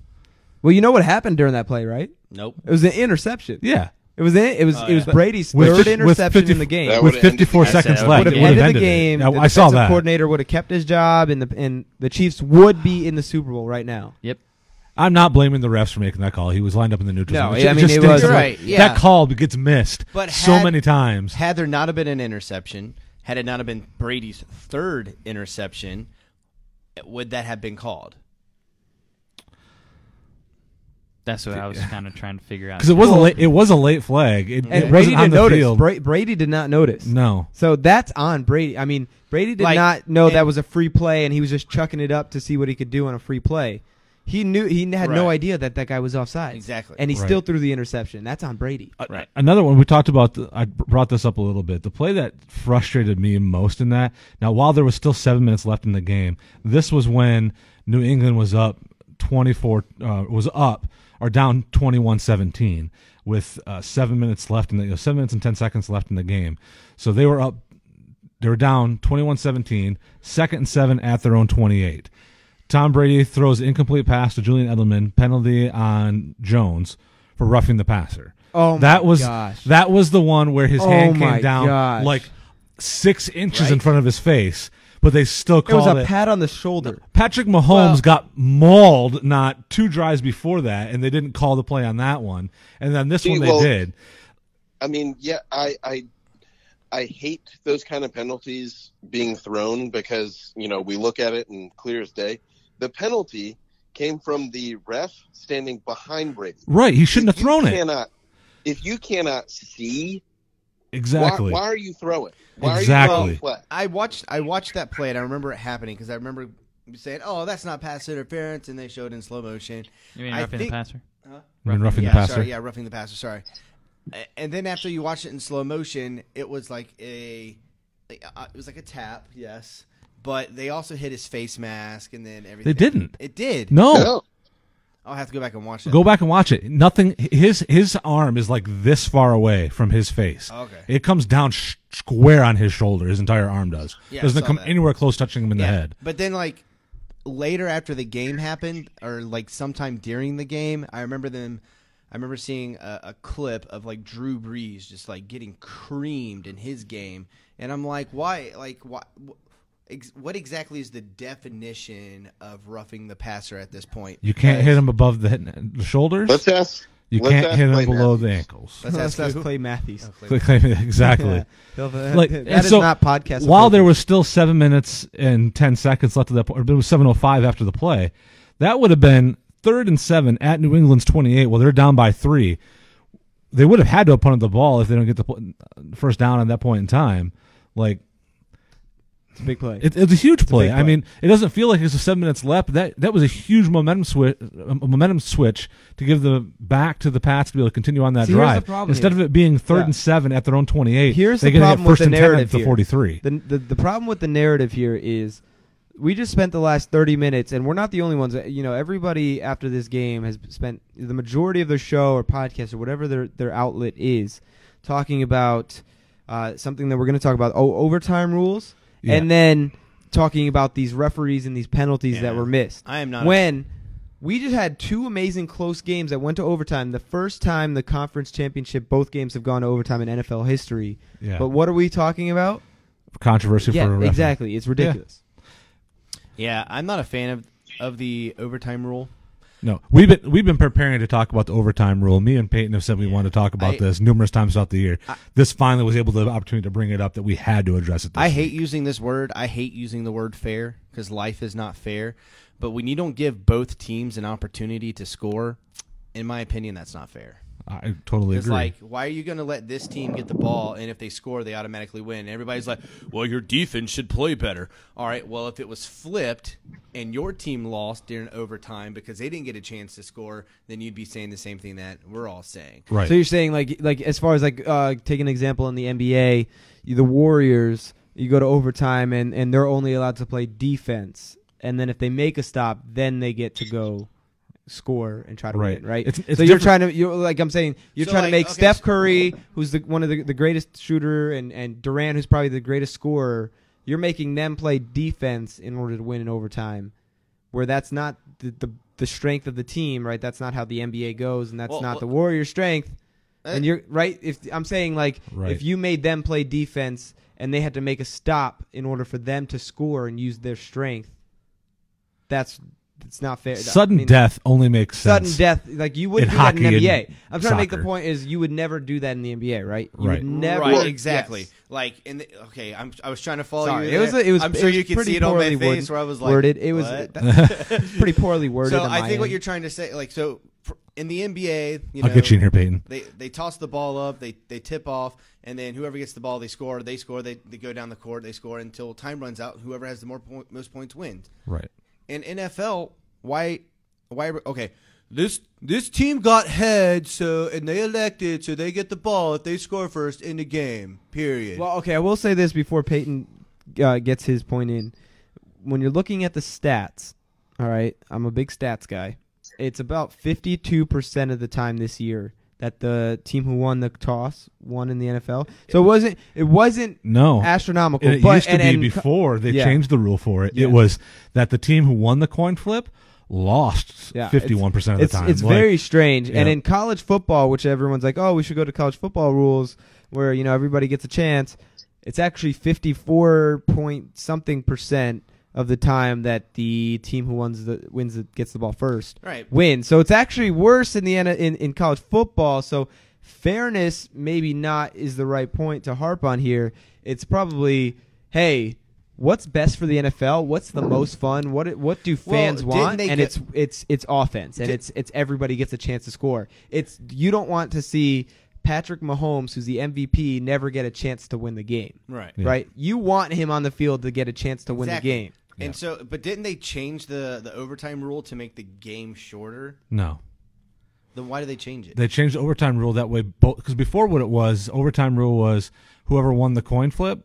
Well, you know what happened during that play, right?
Nope.
It was an interception.
Yeah. Uh,
It was it was it was
yeah.
Brady's
With
third
fif- with
interception
50
in the game.
That
with
would've ended
54
the
game.
seconds
That
left.
would have
it would've
ended the
ended it.
game.
Now,
the
I saw
defensive
that.
coordinator would have kept his job, and the and the Chiefs would be in the Super Bowl right now.
Yep.
I'm not blaming the refs for making that call. He was lined up in the neutral
No,
zone.
yeah, I mean,
just
it
stinks
was-
that-
You're
right, yeah.
That call gets missed
But
so
had-
many times.
Had there not have been an interception, had it not have been Brady's third interception, would that have been called?
That's what I was kind of trying to figure out.
Because it was a late, it was a late flag. It,
And
it
Brady
wasn't on
didn't
the
notice.
field.
Bra- Brady did not notice.
no,
So that's on Brady. I mean, Brady did
Like,
not know that
and-
was a free play, and he was just chucking it up to see what he could do on a free play. He knew he had no
Right.
idea that that guy was offside.
Exactly.
and he
Right.
still threw the interception. That's on Brady.
A-
Right.
Another one we talked about. The, I br- brought this up a little bit. The play that frustrated me most in that. Now, while there was still seven minutes left in the game, this was when New England was up twenty four. Uh, was up or down 21-17 with uh, seven minutes left in the you know, seven minutes and ten seconds left in the game. So they were up. They were down 21-17, second and seven at their own twenty eight. Tom Brady throws an incomplete pass to Julian Edelman, penalty on Jones for roughing the passer.
Oh my
that was
gosh.
that was the one where his
Oh
hand
my
came down
gosh.
like six inches in front of his face, but they still
It was
called it.
a pat on the shoulder.
Patrick Mahomes got mauled not two drives before that, and they didn't call the play on that one. And then this
See,
one they
well,
did.
I mean, yeah, I, I I hate those kind of penalties being thrown because you know we look at it and clear as day. The penalty came from the ref standing behind Brady.
Right, he shouldn't
If
have thrown
you
it.
Cannot, if you cannot see,
Exactly.
why, why are you throwing? Why Are
Exactly.
you throwing
I watched I watched that play and I remember it happening because I remember saying, "Oh, that's not pass interference," and they showed it in slow motion.
You mean
I
roughing
think-
the passer?
I mean, roughing
yeah,
the passer.
sorry, yeah, roughing the passer. Sorry. A- And then after you watch it in slow motion, it was like a, like, uh, it was like a tap, yes. But they also hit his face mask and then everything.
They didn't.
It did.
No.
No,
I'll have to go back and watch that.
Go back and watch it. Nothing. His his arm is like this far away from his face.
Okay.
It comes down sh- square on his shoulder. His entire arm does.
Yeah, I
Doesn't
saw
come
that.
anywhere close touching him in the head.
But then like later after the game happened, or like sometime during the game, I remember them. I remember seeing a, a clip of like Drew Brees just like getting creamed in his game, and I'm like, why? Like why? wh- ex- What exactly is the definition of roughing the passer at this point?
You can't hit him above the, head, the shoulders.
let's ask.
you
let's
can't
ask
hit him
Clay
below
Matthews.
the ankles.
Let's ask
that's
who?
Clay Matthews.
Oh, exactly.
like,
Like
that
and
is
so,
not podcast.
While there
appropriate.
was still seven minutes and ten seconds left of that point, or it was seven oh five after the play. That would have been third and seven at New England's twenty eight. Well, they're down by three. They would have had to have punted the ball if they don't get the pl- first down at that point in time. Like
It's a big play.
it, it's a huge play.
big
I
play.
mean, it doesn't feel like it's a seven minutes left. but That that was a huge momentum switch, a momentum switch to give the back to the Pats to be able to continue on that
See, here's
drive.
the problem
Instead
here.
of it being third
Yeah.
and seven at their own twenty eight,
Here's
they
the
get it
problem with
first
the
and ten
narrative
at the
here.
forty three.
The, the the problem with the narrative here is we just spent the last 30 minutes and we're not the only ones Uh, you know everybody after this game has spent the majority of their show or podcast or whatever their their outlet is talking about uh, something that we're going to talk about. Oh, overtime rules,
Yeah.
and then talking about these referees and these penalties that
Yeah.
were missed.
I am not a-
when we just had two amazing close games that went to overtime. The first time the conference championship, both games have gone to overtime in NFL history.
Yeah.
But what are we talking about?
Controversy for a
yeah,
referee.
exactly. It's ridiculous.
Yeah, I'm not a fan of of the overtime rule.
No, we've been we've been preparing to talk about the overtime rule. Me and Peyton have said we want to talk about
I-
this numerous times throughout the year. this finally was able to the opportunity to bring it up that we had to address it. This
I hate using this word. I hate using the word fair because life is not fair. But when you don't give both teams an opportunity to score, in my opinion, that's not fair.
I totally
It's
agree.
like, why are you going to let this team get the ball and if they score, they automatically win? And everybody's like, well, your defense should play better. All right, well, if it was flipped and your team lost during overtime because they didn't get a chance to score, then you'd be saying the same thing that we're all saying.
right.
So you're saying like like as far as like uh, take an example in the NBA, you- the Warriors, you go to overtime and and they're only allowed to play defense, and then if they make a stop, then they get to go score and try to
Right.
win. Right.
It's- it's
so you're
different-
trying to you're like I'm saying you're
So,
trying
like,
to make
okay,
Steph
so-
Curry, who's the one of the, the greatest shooter, and and Durant, who's probably the greatest scorer. You're making them play defense in order to win in overtime, where that's not the, the the strength of the team, right? That's not how the NBA goes, and that's
Well,
not
well- Eh.
the Warriors' strength. And you're right. If I'm saying like,
Right.
if you made them play defense and they had to make a stop in order for them to score and use their strength, that's it's not fair. I
sudden
mean,
death only makes
sudden
sense.
death. Like you would
In
do that in the
hockey and
NBA. I'm trying to make the
soccer.
point is you would never do that in the NBA, right? You
Right.
would never
right,
yes.
exactly. Like, in the, okay, I'm, I was trying to follow
Sorry,
you.
it was
there.
it was.
I'm
it
sure
was
you can
pretty
see it on my
poorly
face
worded-
where I was like,
worded. It was
"What?"
that- pretty poorly worded.
So
on
I
my
think what
end.
you're trying to say, like, so for, in the NBA, you know,
I'll get you in here, Peyton.
They they toss the ball up, they they tip off, and then whoever gets the ball, they score. They score. They, they go down the court. They score until time runs out. Whoever has the more point, most points wins.
Right.
In NFL, why why okay? This this team got head, so and they elected, so they get the ball if they score first in the game. Period.
Well, okay, I will say this before Peyton uh, gets his point in. When you're looking at the stats, all right, I'm a big stats guy. It's about 52% of the time this year that the team who won the toss won in the NFL. So it wasn't it wasn't
No.
astronomical,
Oh. And it
but
used to
and,
be
and-
before they
yeah.
changed the rule for it.
Yeah.
It was that the team who won the coin flip lost
Yeah, it's-
fifty one percent of
It's
the time.
it's
Like,
very strange. And
yeah.
in college football, which everyone's like, "Oh, we should go to college football rules where, you know, everybody gets a chance." It's actually 54 point something percent of the time that the team who wins the wins the, gets the ball first
All right.
wins. So it's actually worse in the N- in in college football. So fairness maybe not is the right point to harp on here. It's probably hey, what's best for the NFL? What's the most fun? What what do
Well,
fans
didn't
want?
they
And
get-
it's it's it's offense and it's it's everybody gets a chance to score. It's you don't want to see Patrick Mahomes, who's the MVP, never get a chance to win the game.
Right.
Right? You want him on the field to get a chance to win the
Exactly.
game.
And so, but didn't they change the the overtime rule to make the game shorter?
no.
Then why did they change it?
They changed the overtime rule that way because before what it was, overtime rule was whoever won the coin flip,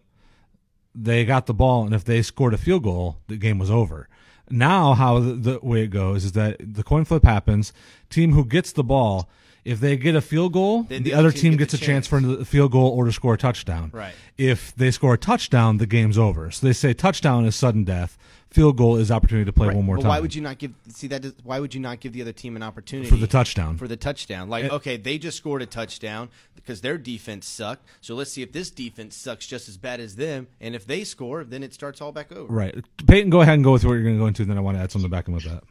they got the ball, and if they scored a field goal, the game was over. Now, how the, the way it goes is that the coin flip happens. Team who gets the ball, if they get a field goal,
Then
the, other team gets a
chance.
chance for a field goal or to score a touchdown.
Right.
If they score a touchdown, the game's over. So they say touchdown is sudden death, field goal is opportunity to play one more
but
time.
why would you not give? See that? Does, why would you not give the other team an opportunity
for the touchdown?
For the touchdown, like okay, they just scored a touchdown because their defense sucked. So let's see if this defense sucks just as bad as them, and if they score, then it starts all back over.
right, Peyton, go ahead and go with what you're going to go into, and then I want to add something back in with that.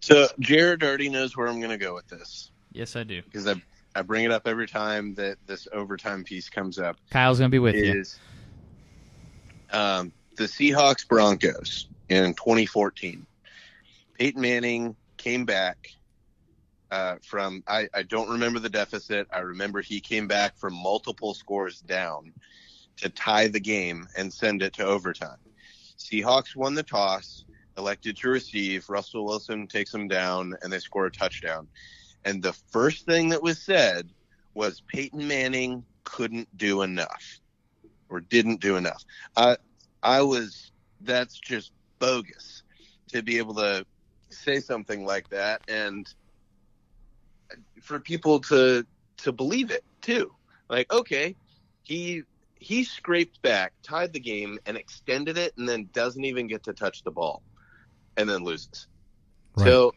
So Jared already knows where I'm going to go with this
Yes, I do.
because I I bring it up every time that this overtime piece comes up.
Kyle's gonna be with you.
Is um, the Seahawks Broncos in 2014? Peyton Manning came back uh, from I, I don't remember the deficit. I remember he came back from multiple scores down to tie the game and send it to overtime. Seahawks won the toss, elected to receive. Russell Wilson takes him down, and they score a touchdown. And the first thing that was said was Peyton Manning couldn't do enough or didn't do enough. I I was that's just bogus to be able to say something like that and for people to to believe it too. Like okay, he he scraped back, tied the game, and extended it, and then doesn't even get to touch the ball, and then loses.
Right.
So,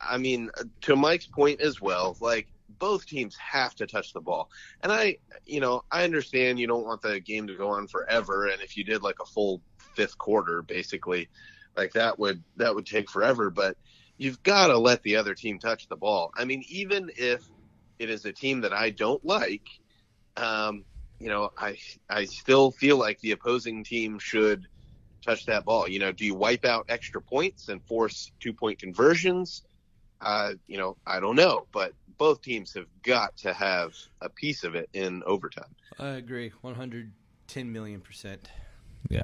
I mean, uh, to Mike's point as well, like both teams have to touch the ball, and I, you know, I understand you don't want the game to go on forever, and if you did like a full fifth quarter, basically, like that would that would take forever, but you've got to let the other team touch the ball. I mean, even if it is a team that I don't like, um, you know, I I still feel like the opposing team should touch that ball. You know, do you wipe out extra points and force two point conversions? Uh, you know, I don't know, but both teams have got to have a piece of it in overtime.
I agree, one hundred ten million percent.
Yeah.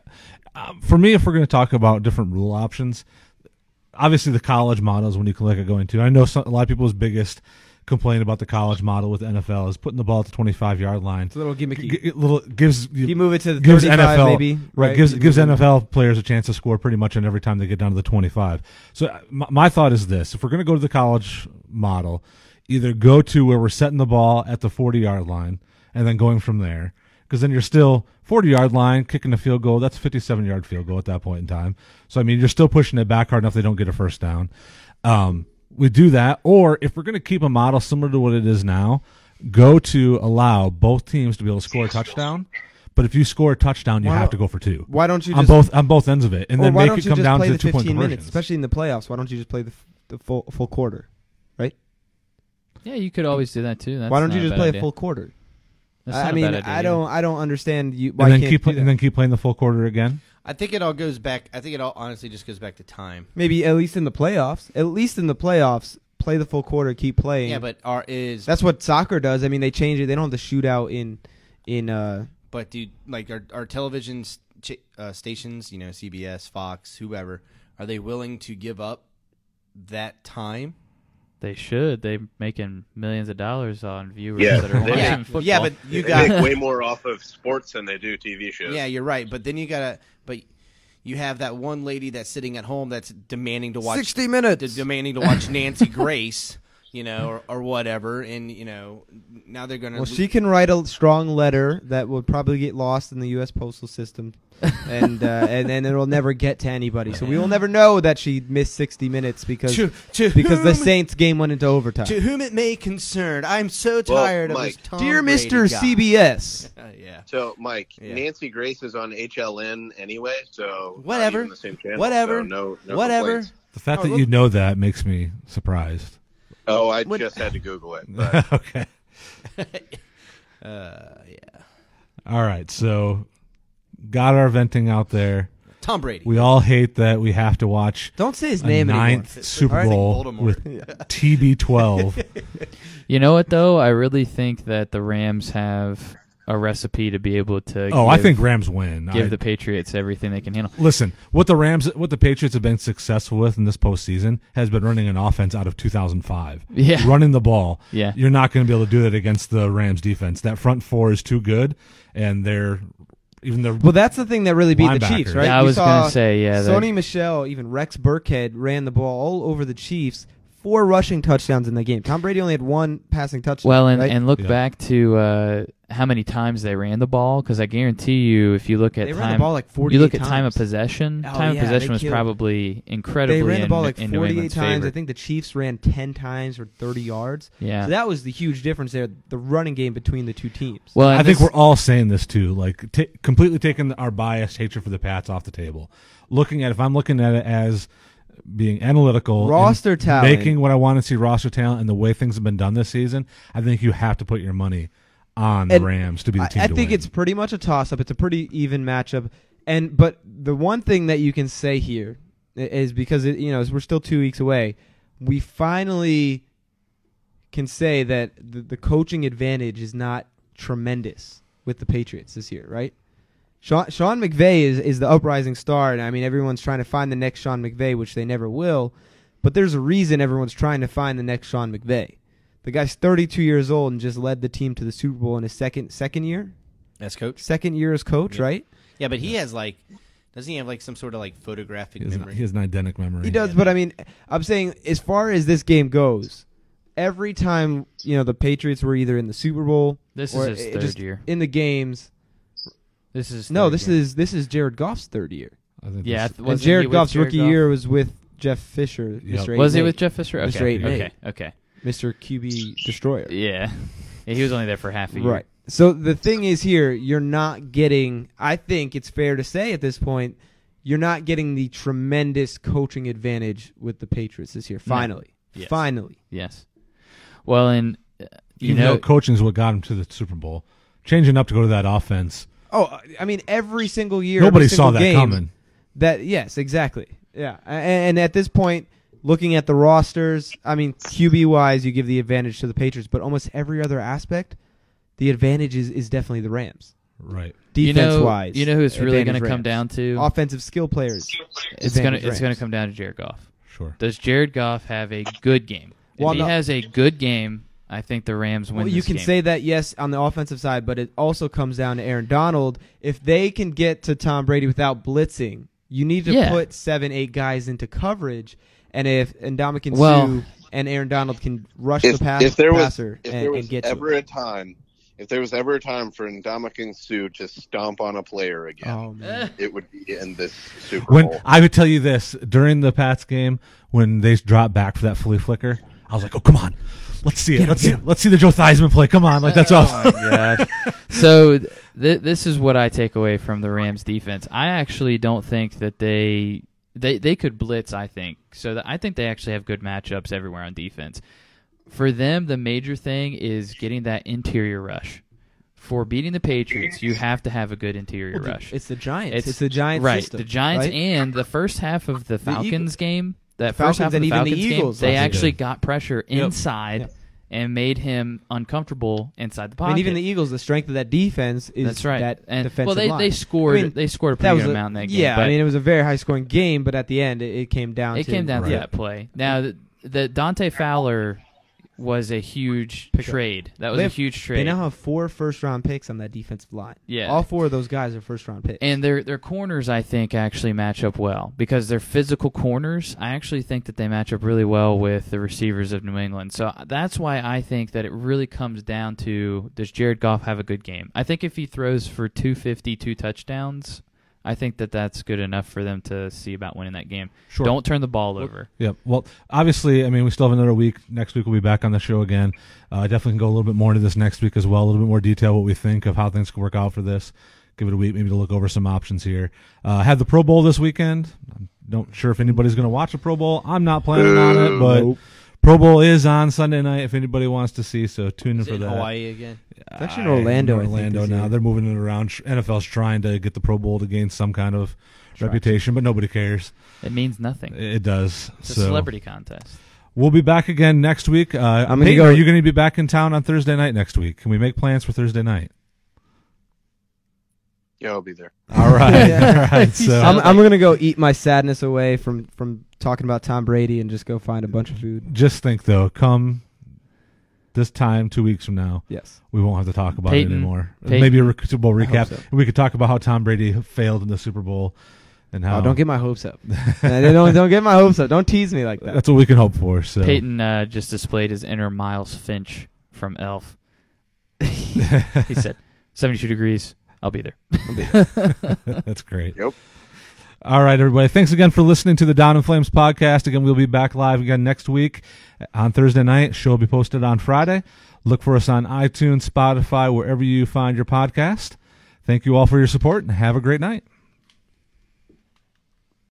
Um, for me, if we're going to talk about different rule options, obviously the college model is when you can look at going to. I know some, a lot of people's biggest complaint about the college model with NFL is putting the ball at the 25 yard line.
It's a little gimmicky.
G- g- little gives you,
you move it to the
gives
35,
NFL
maybe.
right, gives
You
gives
move it-
NFL players a chance to score pretty much on every time they get down to the 25. So uh, my, my thought is this: if we're going to go to the college model, either go to where we're setting the ball at the 40 yard line and then going from there, because then you're still 40 yard line kicking a field goal. That's a 57 yard field goal at that point in time. So I mean, you're still pushing it back hard enough they don't get a first down. Um, we do that, or if we're going to keep a model similar to what it is now, go to allow both teams to be able to score a touchdown. But if you score a touchdown, you
Why
have
don't-
to go for two
Why don't you
on
just
both on both ends of it, and
or
then
why
make
don't
it
you
come
just
down
play
to
the
two point
15
conversions.
minutes, especially in the playoffs? Why don't you just play the, f- the full full quarter?
Yeah, you could always do that too. That's
why don't
not
you just
bad
play
idea.
a full quarter?
That's
I
not
I
a
mean,
bad idea
I
either.
don't I don't understand you why
and then
can't
keep
you
pl-
do
and
that?
then keep playing the full quarter again.
I think it all goes back. I think it all honestly just goes back to time.
Maybe at least in the playoffs. At least in the playoffs, play the full quarter, keep playing.
Yeah, but are is
that's what soccer does. I mean, they change it. They don't have the shootout in in uh
But dude, like our our television ch- uh, stations, you know, CBS, Fox, whoever, are they willing to give up that time?
They should. They're making millions of dollars on viewers
Yeah.
that are watching
Yeah.
football.
yeah, but you
they
got
make way more off of sports than they do TV shows.
yeah, you're right. But then you gotta, but you have that one lady that's sitting at home that's demanding to watch
minutes.
de- demanding to watch Nancy Grace, you know, or, or whatever, and you know, now they're gonna
Well, she can write a strong letter that would probably get lost in the U.S. postal system, and uh, and then it'll never get to anybody. So we will never know that she missed 60 minutes because
to, to
because the
whom-
Saints game went into overtime.
to whom it may concern. I'm so
Well,
tired of this.
Mike,
Tom
Dear
Brady
Mr.
guy.
CBS,
Uh, yeah.
So, Mike,
Yeah.
Nancy Grace is on HLN anyway, so not
Whatever.
even the same channel,
Whatever.
so no, no
Whatever.
complaints.
The fact
Oh,
that
look-
you know that makes me surprised.
Oh, I
What-
just had to Google it. But
okay,
Uh, yeah.
all right. So, got our venting out there.
Tom Brady.
We all hate that we have to watch
don't say his
a
name anymore.
ninth Super
Already
Bowl
Voldemort.
with TB12.
You know what though? I really think that the Rams have a recipe to be able to.
oh,
give,
I think Rams win.
give
I-
the Patriots everything they can handle.
Listen, what the Rams, what the Patriots have been successful with in this postseason has been running an offense out of 2005.
Yeah.
running the ball.
Yeah.
you're not going to be able to do that against the Rams defense. That front four is too good, and they're even their
Well, that's the thing that really beat the
Linebacker.
Chiefs, right?
Yeah, I
You
was
saw
gonna say, yeah, that-
Sony Michelle, even Rex Burkhead ran the ball all over the Chiefs. Four rushing touchdowns in the game. Tom Brady only had one passing touchdown.
Well, and,
right?
and look
Yeah.
back to uh, how many times they ran the ball because I guarantee you, if you look at
They
time,
ran the ball like
you look
48
at time of
times.
possession.
Oh,
time of
yeah, they
possession was
killed-
probably
they
incredibly
ran the ball
in,
like
in New
48
England's
times.
favor.
I think the Chiefs ran 10 times for 30 yards.
Yeah.
So that was the huge difference there, the running game between the two teams.
well, and
I think
this-
we're all saying this too, like ta completely taking our biased hatred for the Pats off the table. Looking at if I'm looking at it as being analytical, and
Roster talent.
making what I want to see roster talent, and the way things have been done this season, I think you have to put your money on the
And
Rams to be the
I,
team.
I
to
think
win.
it's pretty much a toss up. It's a pretty even matchup. And but the one thing that you can say here i- is because it, you know as we're still two weeks away, we finally can say that the, the coaching advantage is not tremendous with the Patriots this year, right? Sean, Sean McVay is, is the uprising star, and I mean everyone's trying to find the next Sean McVay, which they never will. But there's a reason everyone's trying to find the next Sean McVay. The guy's 32 years old and just led the team to the Super Bowl in his second second year,
That's coach.
second year as coach,
Yeah.
right?
Yeah, but he has like, doesn't he have like some sort of like photographic
he has, an,
memory?
he has an identic memory.
He does, but I mean, I'm saying as far as this game goes, every time you know the Patriots were either in the Super Bowl,
This
or
is his
it
third
just
year.
in the games.
This is his
No,
third
this
year.
is this is Jared Goff's third year.
I think
yeah. I
this-
th-
and
wasn't he
Jared
with
Goff's
Jared
rookie
Goff?
year was with Jeff Fisher.
Yep.
Mr.
Was he
8-8,
with Jeff Fisher? Okay,
Mr. Eight and
okay,
Eight.
okay.
Mr. QB Destroyer?
Yeah. yeah, he was only there for half a year.
Right. So the thing is here, you're not getting I think it's fair to say at this point, you're not getting the tremendous coaching advantage with the Patriots this year. Finally.
Yes.
Finally.
Yes. Well, and uh, you
even
know,
though coaching is what got him to the Super Bowl, changing up to go to that offense.
Oh, I- I mean every single year
Nobody
every
saw
single
that
game,
coming.
That yes, exactly. Yeah. A- And, and at this point looking at the rosters, I mean QB wise you give the advantage to the Patriots, but almost every other aspect the advantage is, is definitely the Rams.
Right.
you
Defense
know-
wise.
you know who it's really going
advantage
to come
Rams.
down to.
offensive skill players.
it's going to
advantage
it's going
Rams.
to come down to Jared Goff.
Sure.
Does Jared Goff have a good game?
Well,
if he
no.
has a good game, I think the Rams win.
Well, you
this
can
game.
say that yes on the offensive side, but it also comes down to Aaron Donald. If they can get to Tom Brady without blitzing, you need to
Yeah.
put seven, eight guys into coverage, and if Indomitian
Well-
Sue and Aaron Donald can rush
If,
the pass,
if there was,
passer
if
and,
there was
and get
ever
to
a time, if there was ever a time for Ndamukong Sue to stomp on a player
it.
again,
Oh man,
it would be in this Super
When
Bowl.
I would tell you this during the Pats game when they dropped back for that flea flicker, I was like, "Oh come on, let's see it, let's see it, let's see the Joe Theismann play. Come on, like that's awesome."
gosh. so th- th- this is what I take away from the Rams defense. I actually don't think that they they they could blitz. I think so. That I think they actually have good matchups everywhere on defense. For them, the major thing is getting that interior rush. For beating the Patriots, you have to have a good interior rush.
it's the Giants. It's,
It's-
the Giants,
right,
system,
the Giants
right?
and the first half of the
Eagles-
Falcons game, that
Falcons
first half of
and
the
even the
Falcons
Eagles
game, they
last year.
actually got pressure inside
Yep.
and made him uncomfortable inside the pocket.
I mean, even the Eagles, the strength of that defense is
That's right.
that
and,
defensive
well, they,
line.
they scored.
I mean,
they scored a
that
pretty
was
good
a-
amount in that game.
Yeah,
but
I mean, it was a very high scoring game, but at the end, it, it came down.
it
to
came down
Right.
to that play. Now, the, the Dante Fowler was a huge
Pick up.
trade. That was
They
a
have-
huge
They
trade.
now have four first round picks on that defensive line.
Yeah.
All four of those guys are first round picks.
and their their corners, I think, actually match up well because they're physical corners. I actually think that they match up really well with the receivers of New England. So uh, that's why I think that it really comes down to does Jared Goff have a good game? I think if he throws for 250, two touchdowns, I think that that's good enough for them to see about winning that game.
Sure.
Don't turn the ball over.
Yep. Well, obviously, I mean, we still have another week. Next week, we'll be back on the show again. Uh, definitely can go a little bit more into this next week as well. A little bit more detail what we think of how things could work out for this. Give it a week, maybe to look over some options here. Uh, had the Pro Bowl this weekend. I'm not sure if anybody's going to watch the Pro Bowl. I'm not planning on it, but Pro Bowl is on Sunday night if anybody wants to see. So tune in for that.
Hawaii again.
It's actually in
I-
Orlando, I think,
Orlando
this
now.
year.
They're moving it around. Tr- NFL's trying to get the Pro Bowl to gain some kind of reputation, but nobody cares.
It means nothing.
It it does.
It's a
so.
celebrity contest.
We'll be back again next week. Uh,
I'm gonna
Peyton,
go-
Are you going to be back in town on Thursday night next week? Can we make plans for Thursday night?
yeah, I'll be there.
All right. All right.
I'm,
So,
I'm going to go eat my sadness away from, from talking about Tom Brady and just go find a bunch of food.
just think though, come this time two weeks from now,
Yes.
we won't have to talk about
Peyton,
it anymore.
Peyton.
Maybe a rec- Super Bowl
I hope
recap.
so.
We could talk about how Tom Brady failed in the Super Bowl and how.
Oh, don't get my hopes up. Uh, don't, don't get my hopes up. Don't tease me like that.
That's what we can hope for. So
Peyton uh, just displayed his inner Miles Finch from Elf. he said, 72 degrees. I'll be there.
that's great.
Yep.
All right, everybody. Thanks again for listening to the Down in Flames podcast. Again, we'll be back live again next week on Thursday night. Show will be posted on Friday. Look for us on iTunes, Spotify, wherever you find your podcast. Thank you all for your support and have a great night.